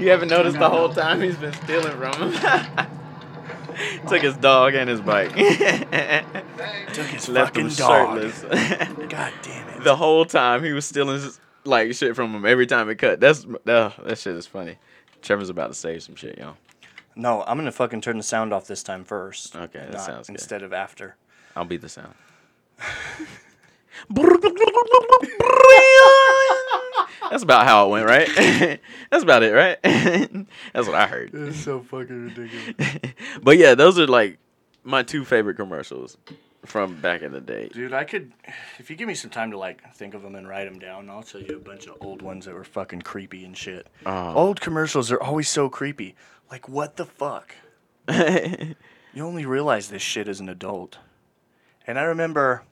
[SPEAKER 1] You haven't noticed the whole time he's been stealing from him. Took his dog and his bike.
[SPEAKER 2] Took his
[SPEAKER 1] Left
[SPEAKER 2] fucking
[SPEAKER 1] him
[SPEAKER 2] dog.
[SPEAKER 1] shirtless.
[SPEAKER 2] God damn it.
[SPEAKER 1] the whole time he was stealing like shit from him every time it cut. That's uh, that shit is funny. Trevor's about to save some shit, y'all.
[SPEAKER 2] No, I'm gonna fucking turn the sound off this time first.
[SPEAKER 1] Okay, that
[SPEAKER 2] not
[SPEAKER 1] sounds good.
[SPEAKER 2] Instead of after.
[SPEAKER 1] I'll be the sound. That's about how it went, right? That's about it, right? That's what I heard.
[SPEAKER 2] It's so fucking ridiculous.
[SPEAKER 1] but yeah, those are like my two favorite commercials from back in the day.
[SPEAKER 2] Dude, I could, if you give me some time to like think of them and write them down, I'll tell you a bunch of old ones that were fucking creepy and shit.
[SPEAKER 1] Uh-huh.
[SPEAKER 2] Old commercials are always so creepy. Like, what the fuck? You only realize this shit as an adult. And I remember,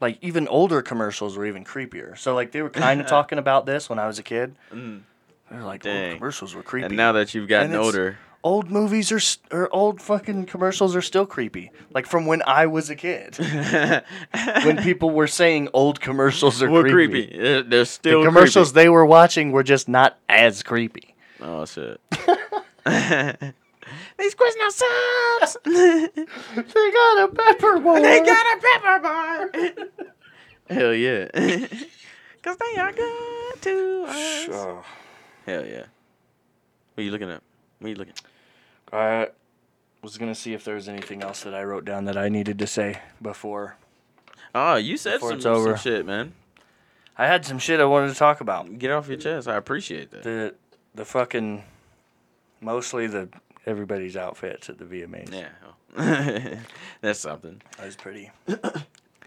[SPEAKER 2] like, even older commercials were even creepier. So, like, they were kind of talking about this when I was a kid. They were like,
[SPEAKER 1] Mm. Dang.
[SPEAKER 2] old commercials were creepy.
[SPEAKER 1] and now that you've gotten
[SPEAKER 2] And it's-
[SPEAKER 1] older,
[SPEAKER 2] old movies are s- or old fucking commercials are still creepy. Like from when I was a kid, when people were saying old commercials are
[SPEAKER 1] we're
[SPEAKER 2] creepy.
[SPEAKER 1] creepy. They're, they're
[SPEAKER 2] The
[SPEAKER 1] still
[SPEAKER 2] commercials
[SPEAKER 1] Creepy.
[SPEAKER 2] they were watching were just not as creepy.
[SPEAKER 1] Oh shit. These Quiznos subs. they
[SPEAKER 2] They got a pepper bar.
[SPEAKER 1] got a pepper bar. Hell yeah. Cause they are good to us. Hell yeah. What you looking at? What you looking?
[SPEAKER 2] I was gonna see if there was anything else that I wrote down that I needed to say before.
[SPEAKER 1] Oh, you said
[SPEAKER 2] Before
[SPEAKER 1] some,
[SPEAKER 2] it's
[SPEAKER 1] some
[SPEAKER 2] over.
[SPEAKER 1] shit, man.
[SPEAKER 2] I had some shit I wanted to talk about.
[SPEAKER 1] Get off your chest. I appreciate that.
[SPEAKER 2] The the fucking mostly the everybody's outfits at the VMAs.
[SPEAKER 1] Yeah. hell. That's something.
[SPEAKER 2] That was pretty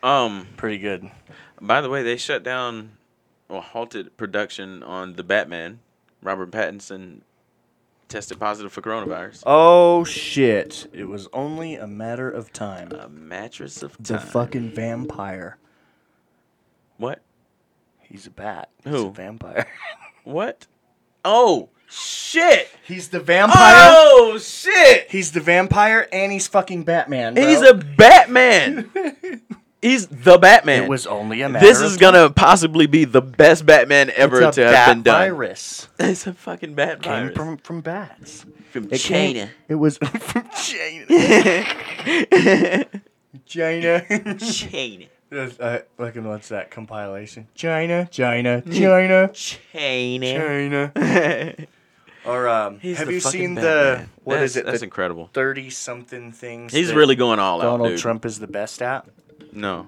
[SPEAKER 1] Um,
[SPEAKER 2] pretty good.
[SPEAKER 1] by the way, they shut down or halted production on The Batman. Robert Pattinson tested positive for coronavirus.
[SPEAKER 2] Oh shit! It was only a matter of time.
[SPEAKER 1] A mattress of
[SPEAKER 2] The
[SPEAKER 1] time.
[SPEAKER 2] fucking vampire.
[SPEAKER 1] What?
[SPEAKER 2] He's a bat. He's
[SPEAKER 1] Who?
[SPEAKER 2] a vampire.
[SPEAKER 1] What? Oh, shit.
[SPEAKER 2] He's the vampire.
[SPEAKER 1] Oh, shit.
[SPEAKER 2] He's the vampire, and he's fucking Batman. bro.
[SPEAKER 1] He's a Batman. He's the Batman.
[SPEAKER 2] It was only a matter.
[SPEAKER 1] this
[SPEAKER 2] of
[SPEAKER 1] is gonna possibly be the best Batman ever
[SPEAKER 2] It's a
[SPEAKER 1] to have
[SPEAKER 2] bat
[SPEAKER 1] been done.
[SPEAKER 2] Virus
[SPEAKER 1] It's a fucking bat
[SPEAKER 2] came
[SPEAKER 1] virus.
[SPEAKER 2] from from bats.
[SPEAKER 1] from
[SPEAKER 2] It came- It was from China. China.
[SPEAKER 1] China.
[SPEAKER 2] I fucking watch that compilation. China, China, China,
[SPEAKER 1] China.
[SPEAKER 2] China. Or um,
[SPEAKER 1] He's
[SPEAKER 2] have
[SPEAKER 1] the
[SPEAKER 2] you
[SPEAKER 1] fucking
[SPEAKER 2] seen the
[SPEAKER 1] Batman.
[SPEAKER 2] what
[SPEAKER 1] that's,
[SPEAKER 2] is it?
[SPEAKER 1] That's
[SPEAKER 2] the
[SPEAKER 1] incredible.
[SPEAKER 2] thirty something things.
[SPEAKER 1] He's
[SPEAKER 2] that
[SPEAKER 1] really going all out,
[SPEAKER 2] Donald
[SPEAKER 1] dude.
[SPEAKER 2] Trump is the best at.
[SPEAKER 1] No.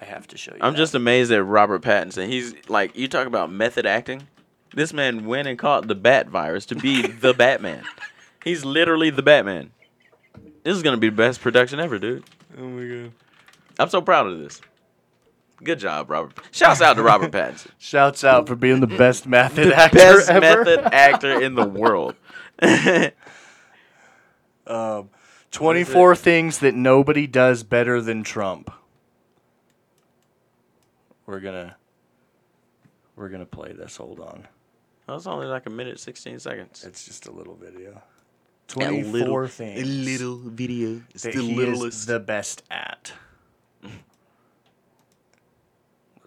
[SPEAKER 2] I have to show you.
[SPEAKER 1] I'm
[SPEAKER 2] that.
[SPEAKER 1] just amazed at Robert Pattinson. He's like, you talk about method acting. This man went and caught the Bat virus to be the Batman. He's literally the Batman. This is gonna be the best production ever, dude.
[SPEAKER 2] Oh my god!
[SPEAKER 1] I'm so proud of this. Good job, Robert. Shouts out to Robert Pattinson,
[SPEAKER 2] Shouts out for being the best method actor
[SPEAKER 1] best
[SPEAKER 2] ever.
[SPEAKER 1] method actor in the world.
[SPEAKER 2] Um, 24 things that nobody does better than Trump. We're gonna we're gonna play this. Hold on.
[SPEAKER 1] That was only like a minute, 16 seconds.
[SPEAKER 2] It's just a little video.
[SPEAKER 1] A
[SPEAKER 2] 24
[SPEAKER 1] little-
[SPEAKER 2] things
[SPEAKER 1] A little video. It's
[SPEAKER 2] that
[SPEAKER 1] the
[SPEAKER 2] he
[SPEAKER 1] littlest.
[SPEAKER 2] is the best at.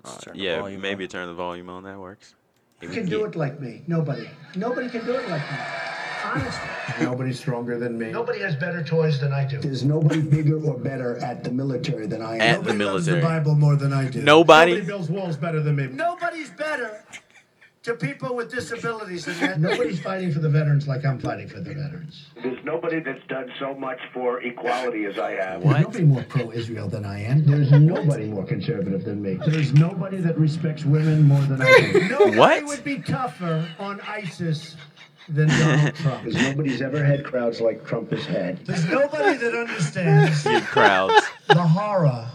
[SPEAKER 2] Let's turn the
[SPEAKER 1] Uh, yeah,
[SPEAKER 2] volume
[SPEAKER 1] maybe
[SPEAKER 2] up.
[SPEAKER 1] turn the volume on. That works.
[SPEAKER 8] Who can do it like me? Nobody. Nobody can do it like me. Honestly.
[SPEAKER 10] Nobody's stronger than me.
[SPEAKER 8] Nobody has better toys than I do.
[SPEAKER 10] There's nobody bigger or better at the military than I am.
[SPEAKER 1] At the military.
[SPEAKER 10] more than I do.
[SPEAKER 1] Nobody.
[SPEAKER 10] builds walls better than me.
[SPEAKER 8] Nobody's better to people with disabilities than that. Nobody's fighting for the veterans like I'm fighting for the veterans.
[SPEAKER 11] There's nobody that's done so much for equality as I have.
[SPEAKER 8] There's nobody more pro-Israel than I am. There's nobody more conservative than me. There's nobody that respects women more than I do. nobody
[SPEAKER 1] What?
[SPEAKER 8] would be tougher on ISIS than Donald Trump. Because nobody's ever had crowds like Trump has had. There's nobody that understands
[SPEAKER 1] Big crowds.
[SPEAKER 8] the horror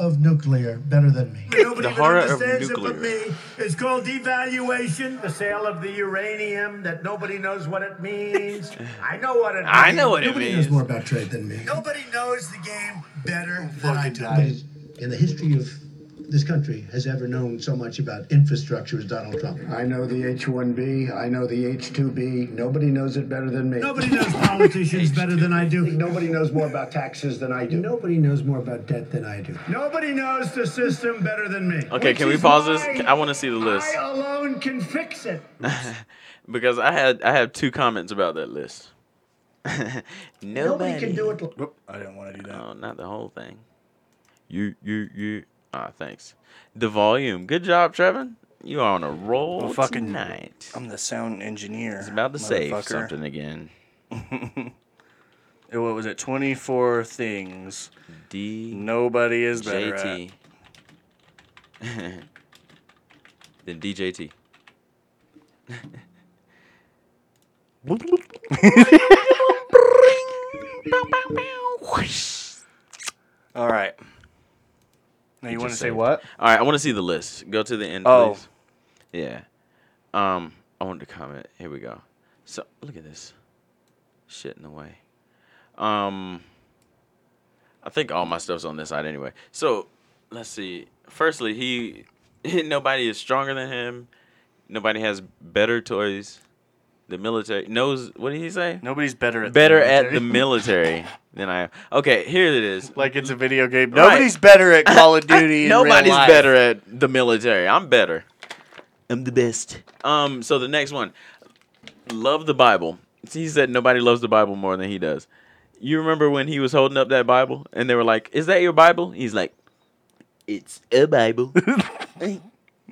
[SPEAKER 8] of nuclear better than me. Nobody
[SPEAKER 1] The
[SPEAKER 8] even
[SPEAKER 1] horror of
[SPEAKER 8] understands it but
[SPEAKER 1] nuclear.
[SPEAKER 8] me. It's called devaluation, the sale of the uranium that nobody knows what it means. I know what it means.
[SPEAKER 1] I know what it
[SPEAKER 8] Nobody
[SPEAKER 1] means.
[SPEAKER 8] knows more about trade than me. Nobody knows the game better than I do. In the history of this country has ever known so much about infrastructure as Donald Trump.
[SPEAKER 10] I know the H-1B. I know the H-2B. Nobody knows it better than me.
[SPEAKER 8] Nobody knows politicians better than I do.
[SPEAKER 10] Nobody knows more about taxes than I do.
[SPEAKER 8] Nobody knows more about debt than I do. Nobody knows the system better than me.
[SPEAKER 1] Okay,
[SPEAKER 8] Which
[SPEAKER 1] can we
[SPEAKER 8] is
[SPEAKER 1] pause this?
[SPEAKER 8] why
[SPEAKER 1] I wanna see the list.
[SPEAKER 8] I alone can fix it.
[SPEAKER 1] because I had I have two comments about that list.
[SPEAKER 8] Nobody,
[SPEAKER 1] Nobody.
[SPEAKER 8] can do it. like-
[SPEAKER 2] Whoop, I didn't want to do that.
[SPEAKER 1] Oh, not the whole thing. You you you. Ah, thanks. The volume. Good job, Trevin. You are on a roll
[SPEAKER 2] I'm fucking-
[SPEAKER 1] tonight.
[SPEAKER 2] I'm the sound engineer.
[SPEAKER 1] It's about to save
[SPEAKER 2] motherfucker.
[SPEAKER 1] something again.
[SPEAKER 2] Uh, What was it? 24 things
[SPEAKER 1] D
[SPEAKER 2] nobody is better
[SPEAKER 1] JT. Then DJT.
[SPEAKER 2] at. All right. Now you want to
[SPEAKER 1] just
[SPEAKER 2] say
[SPEAKER 1] saved.
[SPEAKER 2] what?
[SPEAKER 1] All right, I want to see the list. Go to the end,
[SPEAKER 2] Oh.
[SPEAKER 1] please. Yeah. Um, I wanted to comment. Here we go. So look at this. Shit in the way. Um, I think all my stuff's on this side anyway. So let's see. Firstly, he nobody is stronger than him. Nobody has better toys. The military knows. What did he say?
[SPEAKER 2] Nobody's better at
[SPEAKER 1] Better
[SPEAKER 2] the
[SPEAKER 1] at the
[SPEAKER 2] military.
[SPEAKER 1] military than I am. Okay, here it is.
[SPEAKER 2] like it's a video game.
[SPEAKER 1] Right.
[SPEAKER 2] Nobody's better at Call of Duty. in real
[SPEAKER 1] Nobody's
[SPEAKER 2] life.
[SPEAKER 1] better at the military. I'm better. I'm the best. Um, so the next one. Love the Bible. He said nobody loves the Bible more than he does. You remember when he was holding up that Bible and they were like, Is that your Bible? He's like, It's a Bible. I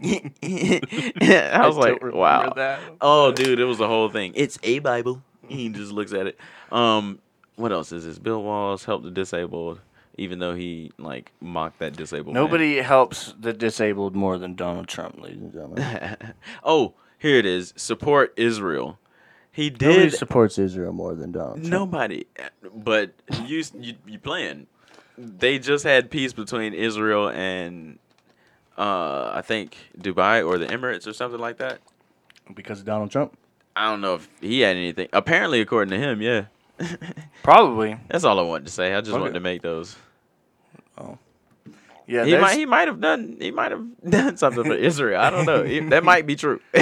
[SPEAKER 1] was
[SPEAKER 2] don't
[SPEAKER 1] like,
[SPEAKER 2] remember
[SPEAKER 1] Wow.
[SPEAKER 2] that.
[SPEAKER 1] Oh, dude, it was the whole thing. It's a Bible. He just looks at it. Um, what else is this? Bill Walls helped the disabled, even though he like mocked that disabled. man.
[SPEAKER 2] Nobody helps the disabled more than Donald Trump, ladies and gentlemen.
[SPEAKER 1] oh, here it is. Support Israel. He
[SPEAKER 2] Nobody
[SPEAKER 1] did
[SPEAKER 2] supports Israel more than Donald Trump.
[SPEAKER 1] nobody, but you you you playing. They just had peace between Israel and uh, I think Dubai or the Emirates or something like that.
[SPEAKER 2] Because of Donald Trump?
[SPEAKER 1] I don't know if he had anything. Apparently, according to him, yeah.
[SPEAKER 2] Probably.
[SPEAKER 1] That's all I wanted to say. I just wanted
[SPEAKER 2] Okay.
[SPEAKER 1] to make those.
[SPEAKER 2] Yeah,
[SPEAKER 1] He
[SPEAKER 2] there's-
[SPEAKER 1] might he might have done he might have done something for Israel. I don't know. It- that might be true.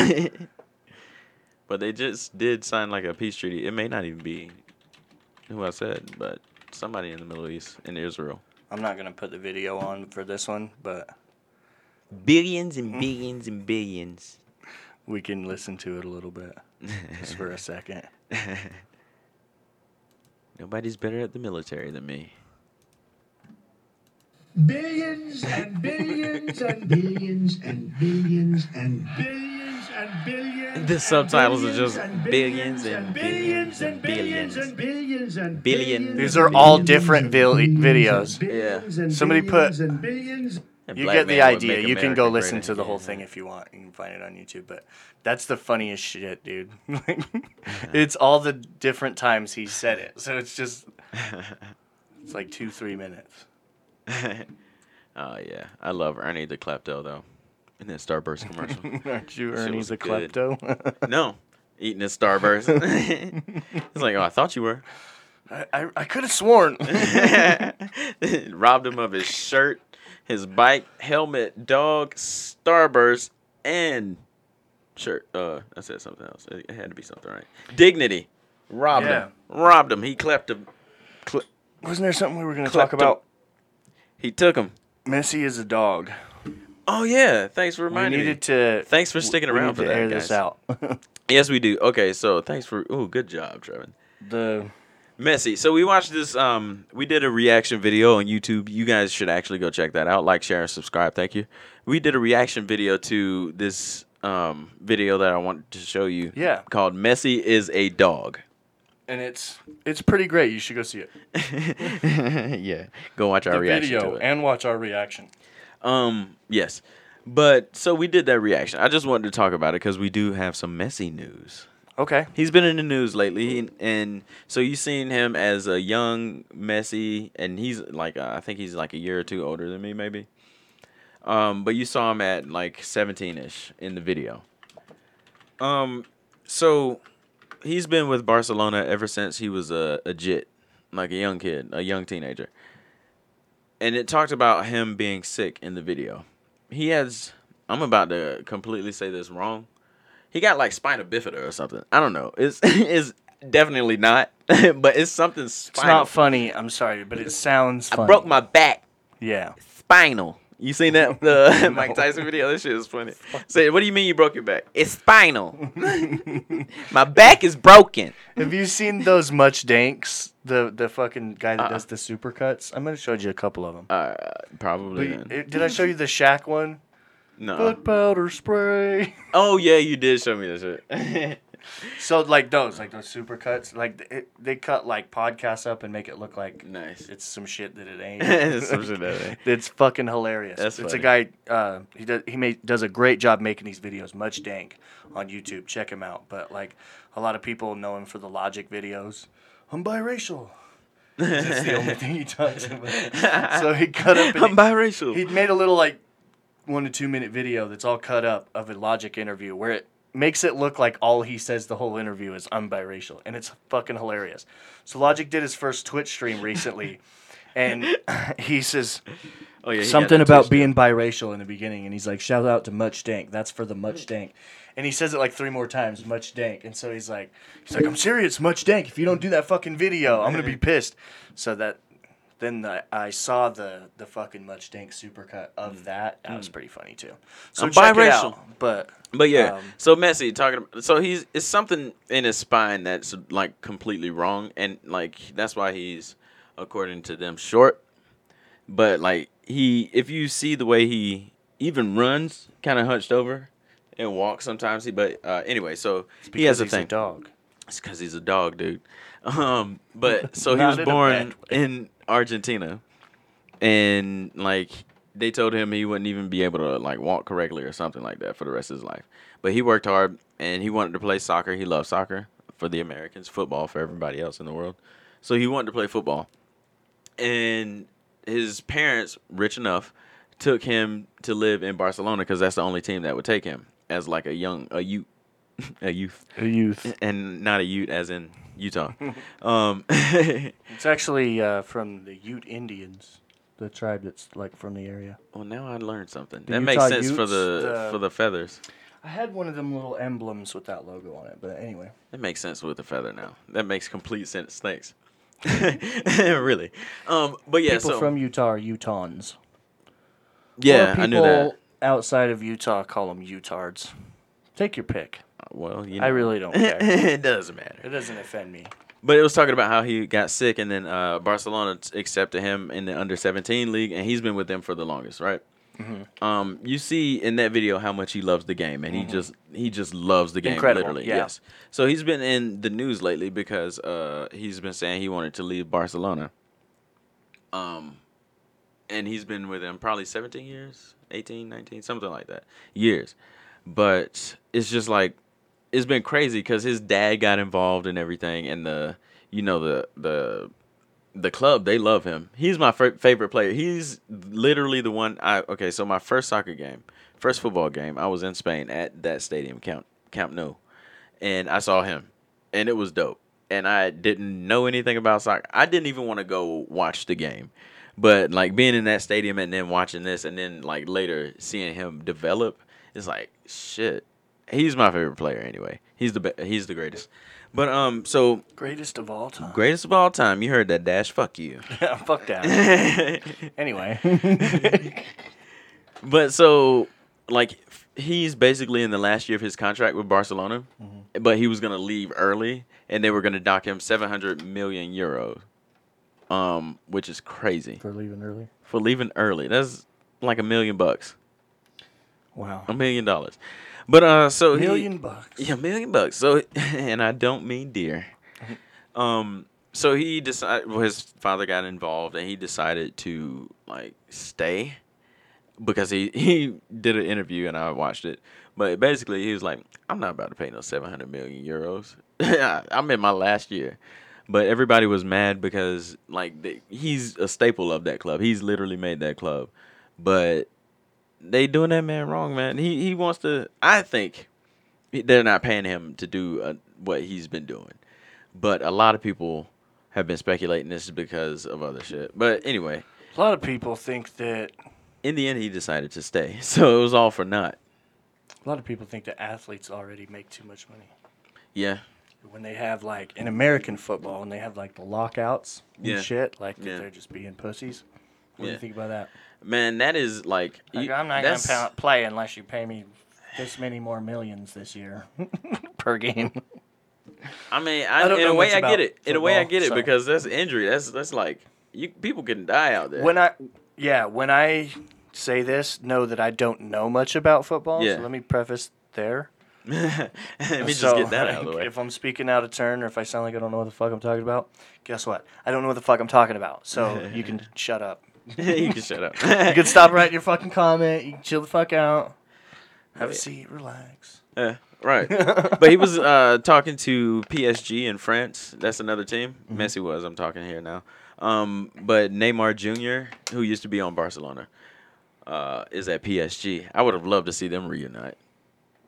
[SPEAKER 1] but they just did sign like a peace treaty. It may not even be who I said, but somebody in the Middle East in Israel.
[SPEAKER 2] I'm not going to put the video on for this one, but
[SPEAKER 1] Billions and billions and billions.
[SPEAKER 2] we can listen to it a little bit. Just for a second.
[SPEAKER 1] Nobody's better at the military than me.
[SPEAKER 8] Billions and billions and billions and billions and billions and billions.
[SPEAKER 1] The
[SPEAKER 8] and
[SPEAKER 1] subtitles are
[SPEAKER 8] billions
[SPEAKER 1] just
[SPEAKER 8] and
[SPEAKER 1] billions and billions
[SPEAKER 8] billions
[SPEAKER 1] and
[SPEAKER 8] and billions and billions and
[SPEAKER 1] Billion.
[SPEAKER 8] billions.
[SPEAKER 2] These are all
[SPEAKER 1] Billions.
[SPEAKER 2] different vil- videos.
[SPEAKER 8] Billions
[SPEAKER 1] Yeah.
[SPEAKER 8] and
[SPEAKER 2] Somebody
[SPEAKER 8] billions
[SPEAKER 2] put-
[SPEAKER 8] and billions.
[SPEAKER 1] And
[SPEAKER 2] You
[SPEAKER 1] black
[SPEAKER 2] get the
[SPEAKER 1] man would
[SPEAKER 2] idea.
[SPEAKER 1] make
[SPEAKER 2] You can go
[SPEAKER 1] America
[SPEAKER 2] listen
[SPEAKER 1] great
[SPEAKER 2] to the whole
[SPEAKER 1] again.
[SPEAKER 2] thing if you want. You can find it on YouTube. But that's the funniest shit, dude. Like, it's all the different times he said it. So it's just, it's like two, three minutes.
[SPEAKER 1] Oh yeah, I love Ernie the klepto though, in that Starburst commercial.
[SPEAKER 2] Aren't you
[SPEAKER 1] Shit was
[SPEAKER 2] Ernie's a
[SPEAKER 1] good.
[SPEAKER 2] klepto?
[SPEAKER 1] no, eating a Starburst. it's like, oh, I thought you were.
[SPEAKER 2] I, I, I could have sworn.
[SPEAKER 1] Robbed him of his shirt, his bike, helmet, dog, Starburst, and shirt. Uh, I said something else. It it had to be something, right? Dignity. Robbed him. Robbed him. He clept him.
[SPEAKER 2] Wasn't there something we were going to
[SPEAKER 1] Klepto-
[SPEAKER 2] talk about?
[SPEAKER 1] He took him.
[SPEAKER 2] Messi is a dog.
[SPEAKER 1] Oh yeah, thanks for
[SPEAKER 2] We
[SPEAKER 1] reminding me.
[SPEAKER 2] needed to.
[SPEAKER 1] Thanks for sticking
[SPEAKER 2] we
[SPEAKER 1] around
[SPEAKER 2] need
[SPEAKER 1] for
[SPEAKER 2] to
[SPEAKER 1] that,
[SPEAKER 2] air
[SPEAKER 1] guys.
[SPEAKER 2] this out.
[SPEAKER 1] Yes, we do. Okay, so thanks for. Oh, good job, Trevin.
[SPEAKER 2] the
[SPEAKER 1] Messy. So we watched this. Um, we did a reaction video on YouTube. You guys should actually go check that out. Like, share, and subscribe. Thank you. We did a reaction video to this um video that I wanted to show you.
[SPEAKER 2] Yeah.
[SPEAKER 1] Called "Messy is a Dog."
[SPEAKER 2] and it's it's pretty great. You should go see it.
[SPEAKER 1] yeah. Go watch our
[SPEAKER 2] The
[SPEAKER 1] reaction
[SPEAKER 2] video
[SPEAKER 1] to it.
[SPEAKER 2] and watch our reaction.
[SPEAKER 1] Um, yes. But so we did that reaction. I just wanted to talk about it because we do have some messy news.
[SPEAKER 2] Okay.
[SPEAKER 1] He's been in the news lately, he- and so you've seen him as a young Messi, and he's like uh, I think he's like a year or two older than me, maybe. Um, but you saw him at like seventeen ish in the video. Um, so he's been with Barcelona ever since he was a a jit, like a young kid, a young teenager. And it talked about him being sick in the video. He has. I'm about to completely say this wrong he got like spina bifida or something. I don't know. It's it's definitely not, but it's something
[SPEAKER 2] It's
[SPEAKER 1] spinal.
[SPEAKER 2] not funny. I'm sorry, but it sounds funny.
[SPEAKER 1] I broke my back
[SPEAKER 2] yeah.
[SPEAKER 1] spinal. You seen that the Mike Tyson video? That shit is funny. Say, what do you mean you broke your back? It's spinal. my back is broken.
[SPEAKER 2] Have you seen those Much Danks? The the fucking guy that does the supercuts. I'm gonna show you a couple of them.
[SPEAKER 1] Uh, probably. then.
[SPEAKER 2] did I show you the Shaq one?
[SPEAKER 1] no.
[SPEAKER 2] Foot powder spray.
[SPEAKER 1] Oh yeah, you did show me that shit.
[SPEAKER 2] So like those, like those supercuts, like it, they cut like podcasts up and make it look like
[SPEAKER 1] nice.
[SPEAKER 2] it's some shit that it ain't.
[SPEAKER 1] It's some shit that way.
[SPEAKER 2] It's fucking hilarious.
[SPEAKER 1] That's
[SPEAKER 2] it's a
[SPEAKER 1] funny.
[SPEAKER 2] guy. Uh, he does. He ma- does a great job making these videos. Much dank on YouTube. Check him out. But like a lot of people know him for the logic videos. I'm biracial. That's the only thing he talks about. So he cut up. And
[SPEAKER 1] I'm biracial.
[SPEAKER 2] he, he made a little like one to two minute video that's all cut up of a logic interview where it makes it look like all he says the whole interview is I'm biracial and it's fucking hilarious. So Logic did his first Twitch stream recently and he says
[SPEAKER 1] oh yeah. he got
[SPEAKER 2] something
[SPEAKER 1] that
[SPEAKER 2] about
[SPEAKER 1] twisted.
[SPEAKER 2] being biracial in the beginning, and he's like, "Shout out to Much Dank. That's for the Much Dank." And he says it like three more times, Much Dank. And so he's like, he's like, "I'm serious, Much Dank. If you don't do that fucking video, I'm gonna
[SPEAKER 1] Mm.
[SPEAKER 2] be pissed." So that then the, I saw the the fucking Much Dank supercut of that. That was pretty funny too. So
[SPEAKER 1] I'm
[SPEAKER 2] check it
[SPEAKER 1] Mm. biracial.
[SPEAKER 2] out. But
[SPEAKER 1] But yeah,
[SPEAKER 2] Um,
[SPEAKER 1] so Messi talking. About, so he's it's something in his spine that's like completely wrong, and like that's why he's, according to them, short. But like he, if you see the way he even runs, kind of hunched over, and walks sometimes. He, but uh, anyway, so he has
[SPEAKER 2] because
[SPEAKER 1] a
[SPEAKER 2] he's
[SPEAKER 1] thing.
[SPEAKER 2] dog.
[SPEAKER 1] It's because he's a dog, dude. Um, but so he
[SPEAKER 2] Not
[SPEAKER 1] was
[SPEAKER 2] in a
[SPEAKER 1] born
[SPEAKER 2] bad
[SPEAKER 1] in Argentina, and like they told him he wouldn't even be able to like walk correctly or something like that for the rest of his life. But he worked hard, and he wanted to play soccer. He loved soccer for the Americans, football for everybody else in the world. So he wanted to play football, and his parents, rich enough, took him to live in Barcelona because that's the only team that would take him as like a young a youth, a youth
[SPEAKER 2] A youth.
[SPEAKER 1] and not a Ute as in Utah. um, well,
[SPEAKER 2] It's actually uh, from the Ute Indians, the tribe that's like from the area.
[SPEAKER 1] now I learned something.
[SPEAKER 4] The
[SPEAKER 1] that makes
[SPEAKER 4] Utah
[SPEAKER 1] sense for
[SPEAKER 4] Utes,
[SPEAKER 1] the,
[SPEAKER 2] the-
[SPEAKER 1] for the feathers.
[SPEAKER 2] I had one of them little emblems with that logo on it, but anyway.
[SPEAKER 1] That makes sense with the feather now. That makes complete sense. Thanks. really. Um, but yeah,
[SPEAKER 2] people
[SPEAKER 1] so
[SPEAKER 2] from Utah are Utahns.
[SPEAKER 1] yeah,
[SPEAKER 2] Or
[SPEAKER 1] I knew that.
[SPEAKER 2] people outside of Utah call them Utards. Take your pick.
[SPEAKER 1] Well, you know,
[SPEAKER 2] I really don't care.
[SPEAKER 1] it doesn't matter.
[SPEAKER 2] it doesn't offend me.
[SPEAKER 1] But it was talking about how he got sick, and then uh, Barcelona t- accepted him in the under seventeen league, and he's been with them for the longest, right?
[SPEAKER 2] Mm-hmm.
[SPEAKER 1] Um, you see in that video how much he loves the game, and he just he just loves the game.
[SPEAKER 2] Incredible,
[SPEAKER 1] literally,
[SPEAKER 2] yeah.
[SPEAKER 1] yes. So he's been in the news lately because uh, he's been saying he wanted to leave Barcelona. Um, and he's been with him probably 17 years, 18, 19, something like that, years. But it's just like it's been crazy because his dad got involved in everything, and the you know the the the club they love him. He's my f- favorite player. He's literally the one I okay, so my first soccer game, first football game, I was in Spain at that stadium Camp Camp Nou and I saw him and it was dope. And I didn't know anything about soccer. I didn't even want to go watch the game. But like being in that stadium and then watching this and then like later seeing him develop, it's like shit. He's my favorite player anyway. He's the be- he's the greatest. But um so
[SPEAKER 2] Greatest of all time.
[SPEAKER 1] greatest of all time, you heard that dash fuck you.
[SPEAKER 2] Fuck that. anyway,
[SPEAKER 1] But so, like, f- he's basically in the last year of his contract with Barcelona, but he was gonna leave early, and they were gonna dock him seven hundred million euros, um, which is crazy
[SPEAKER 4] for leaving early.
[SPEAKER 1] for leaving early. That's like a million bucks,
[SPEAKER 2] wow.
[SPEAKER 1] a million dollars. But uh, so he-
[SPEAKER 2] Million bucks.
[SPEAKER 1] yeah, million bucks. So, and I don't mean dear. Um, so he decided. Well, his father got involved, and he decided to like stay because he he did an interview, and I watched it. But basically, he was like, "I'm not about to pay no 700 million euros. I- I'm in my last year." But everybody was mad because like they, he's a staple of that club. He's literally made that club. But they doing that man wrong, man. He he wants to. I think they're not paying him to do uh, what he's been doing. But a lot of people have been speculating this is because of other shit. But anyway,
[SPEAKER 2] A lot of people think that
[SPEAKER 1] in the end, he decided to stay. So it was all for naught.
[SPEAKER 2] a lot of people think that athletes already make too much money.
[SPEAKER 1] Yeah.
[SPEAKER 2] When they have like in American football and they have like the lockouts and
[SPEAKER 1] Yeah.
[SPEAKER 2] shit, like
[SPEAKER 1] Yeah.
[SPEAKER 2] that they're just being pussies. What do
[SPEAKER 1] Yeah.
[SPEAKER 2] you think about that?
[SPEAKER 1] Man, that is like. you- that's-
[SPEAKER 2] play unless you pay me this many more millions this year per game.
[SPEAKER 1] I mean, I,
[SPEAKER 2] I don't
[SPEAKER 1] in a
[SPEAKER 2] know
[SPEAKER 1] way,
[SPEAKER 2] much
[SPEAKER 1] I get
[SPEAKER 2] about
[SPEAKER 1] it. In a way, I
[SPEAKER 2] football,
[SPEAKER 1] get it
[SPEAKER 2] so-
[SPEAKER 1] because that's injury. That's that's like you people can die out there.
[SPEAKER 2] When I, yeah, when I say this, know that I don't know much about football.
[SPEAKER 1] Yeah.
[SPEAKER 2] So let me preface there.
[SPEAKER 1] Let me just
[SPEAKER 2] So,
[SPEAKER 1] get that out of the
[SPEAKER 2] like,
[SPEAKER 1] way.
[SPEAKER 2] If I'm speaking out of turn or if I sound like I don't know what the fuck I'm talking about, guess what? I don't know what the fuck I'm talking about. So you can shut up.
[SPEAKER 1] you can shut up.
[SPEAKER 4] You can stop writing your fucking comment. You can chill the fuck out.
[SPEAKER 2] Have a seat, relax.
[SPEAKER 1] Yeah, right. but he was uh, talking to PSG in France. That's another team.
[SPEAKER 2] Mm-hmm.
[SPEAKER 1] Messi was. I'm talking here now. Um, but Neymar Jr., who used to be on Barcelona, uh, is at PSG. I would have loved to see them reunite.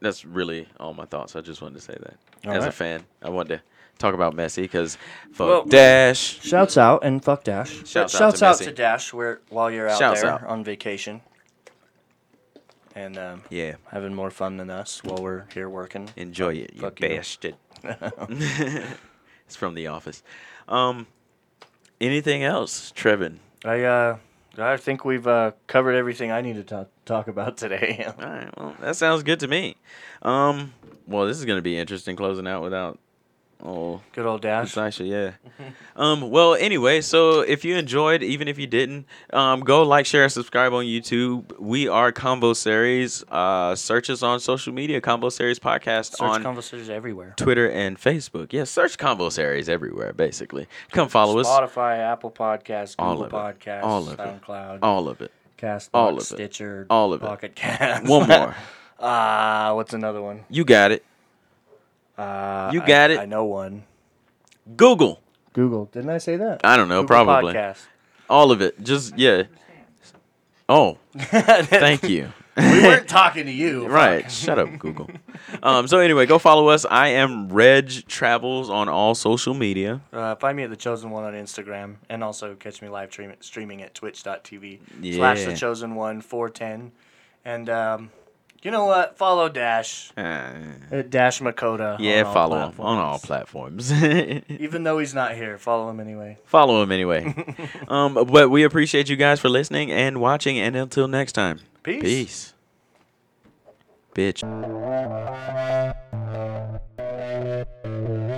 [SPEAKER 1] That's really all my thoughts. I just wanted to say that.
[SPEAKER 2] All
[SPEAKER 1] As a
[SPEAKER 2] right.
[SPEAKER 1] fan, I wanted to talk about Messi because fuck
[SPEAKER 2] Well-
[SPEAKER 1] Dash.
[SPEAKER 4] Shouts out and fuck Dash.
[SPEAKER 1] Shouts out to
[SPEAKER 2] out
[SPEAKER 1] Messi.
[SPEAKER 2] to Dash where while you're out
[SPEAKER 1] Shouts
[SPEAKER 2] there
[SPEAKER 1] out.
[SPEAKER 2] on vacation. And um,
[SPEAKER 1] Yeah,
[SPEAKER 2] having more fun than us while we're here working.
[SPEAKER 1] enjoy it, you
[SPEAKER 2] Fuck you.
[SPEAKER 1] bastard. it's from The Office. Um, anything else, Trevin?
[SPEAKER 2] I uh, I think we've uh, covered everything I need to talk talk about today.
[SPEAKER 1] All right. Well, that sounds good to me. Um. Well, this is gonna be interesting closing out without. Oh,
[SPEAKER 2] Good old Dash.
[SPEAKER 1] it's actually yeah. um. Well, anyway, so if you enjoyed, even if you didn't, um, go like, share, and subscribe on YouTube. We are Combo Series. Uh, search us on social media, Combo Series Podcast
[SPEAKER 2] Search
[SPEAKER 1] on
[SPEAKER 2] conversations everywhere.
[SPEAKER 1] Twitter and Facebook. Yeah, search Combo Series everywhere. Basically, come follow us.
[SPEAKER 2] Spotify, Apple Podcasts,
[SPEAKER 1] All
[SPEAKER 2] Google
[SPEAKER 1] of it.
[SPEAKER 2] Podcasts,
[SPEAKER 1] All of it.
[SPEAKER 2] SoundCloud,
[SPEAKER 1] All of it.
[SPEAKER 4] Cast
[SPEAKER 1] All of it.
[SPEAKER 4] Stitcher.
[SPEAKER 1] All of it.
[SPEAKER 4] Pocket Cast.
[SPEAKER 1] One more.
[SPEAKER 2] Ah, what's another one?
[SPEAKER 1] You got it.
[SPEAKER 2] Uh,
[SPEAKER 1] You
[SPEAKER 2] I-
[SPEAKER 1] got it.
[SPEAKER 2] I know one.
[SPEAKER 1] Google.
[SPEAKER 4] Google. Didn't I say that?
[SPEAKER 1] I don't know.
[SPEAKER 2] Google
[SPEAKER 1] Uh, probably.
[SPEAKER 2] Podcast.
[SPEAKER 1] All of it. Just yeah. Oh, thank you.
[SPEAKER 4] We weren't talking to you.
[SPEAKER 1] Right. Shut up, Google. Um, so anyway, go follow us. I am Reg Travels on all social media.
[SPEAKER 2] Uh, find me at the chosen one on Instagram, and also catch me live stream- streaming at twitch.tv slash
[SPEAKER 1] Yeah.
[SPEAKER 2] the chosen one four ten. And um, you know what? Follow Dash
[SPEAKER 1] Uh,
[SPEAKER 2] at Dash Makota.
[SPEAKER 1] yeah,
[SPEAKER 2] on all
[SPEAKER 1] follow him on all
[SPEAKER 2] platforms.
[SPEAKER 1] platforms.
[SPEAKER 2] Even though he's not here, follow him anyway.
[SPEAKER 1] follow him anyway. Um, but we appreciate you guys for listening and watching. And until next time,
[SPEAKER 2] Peace.
[SPEAKER 1] peace. Bitch.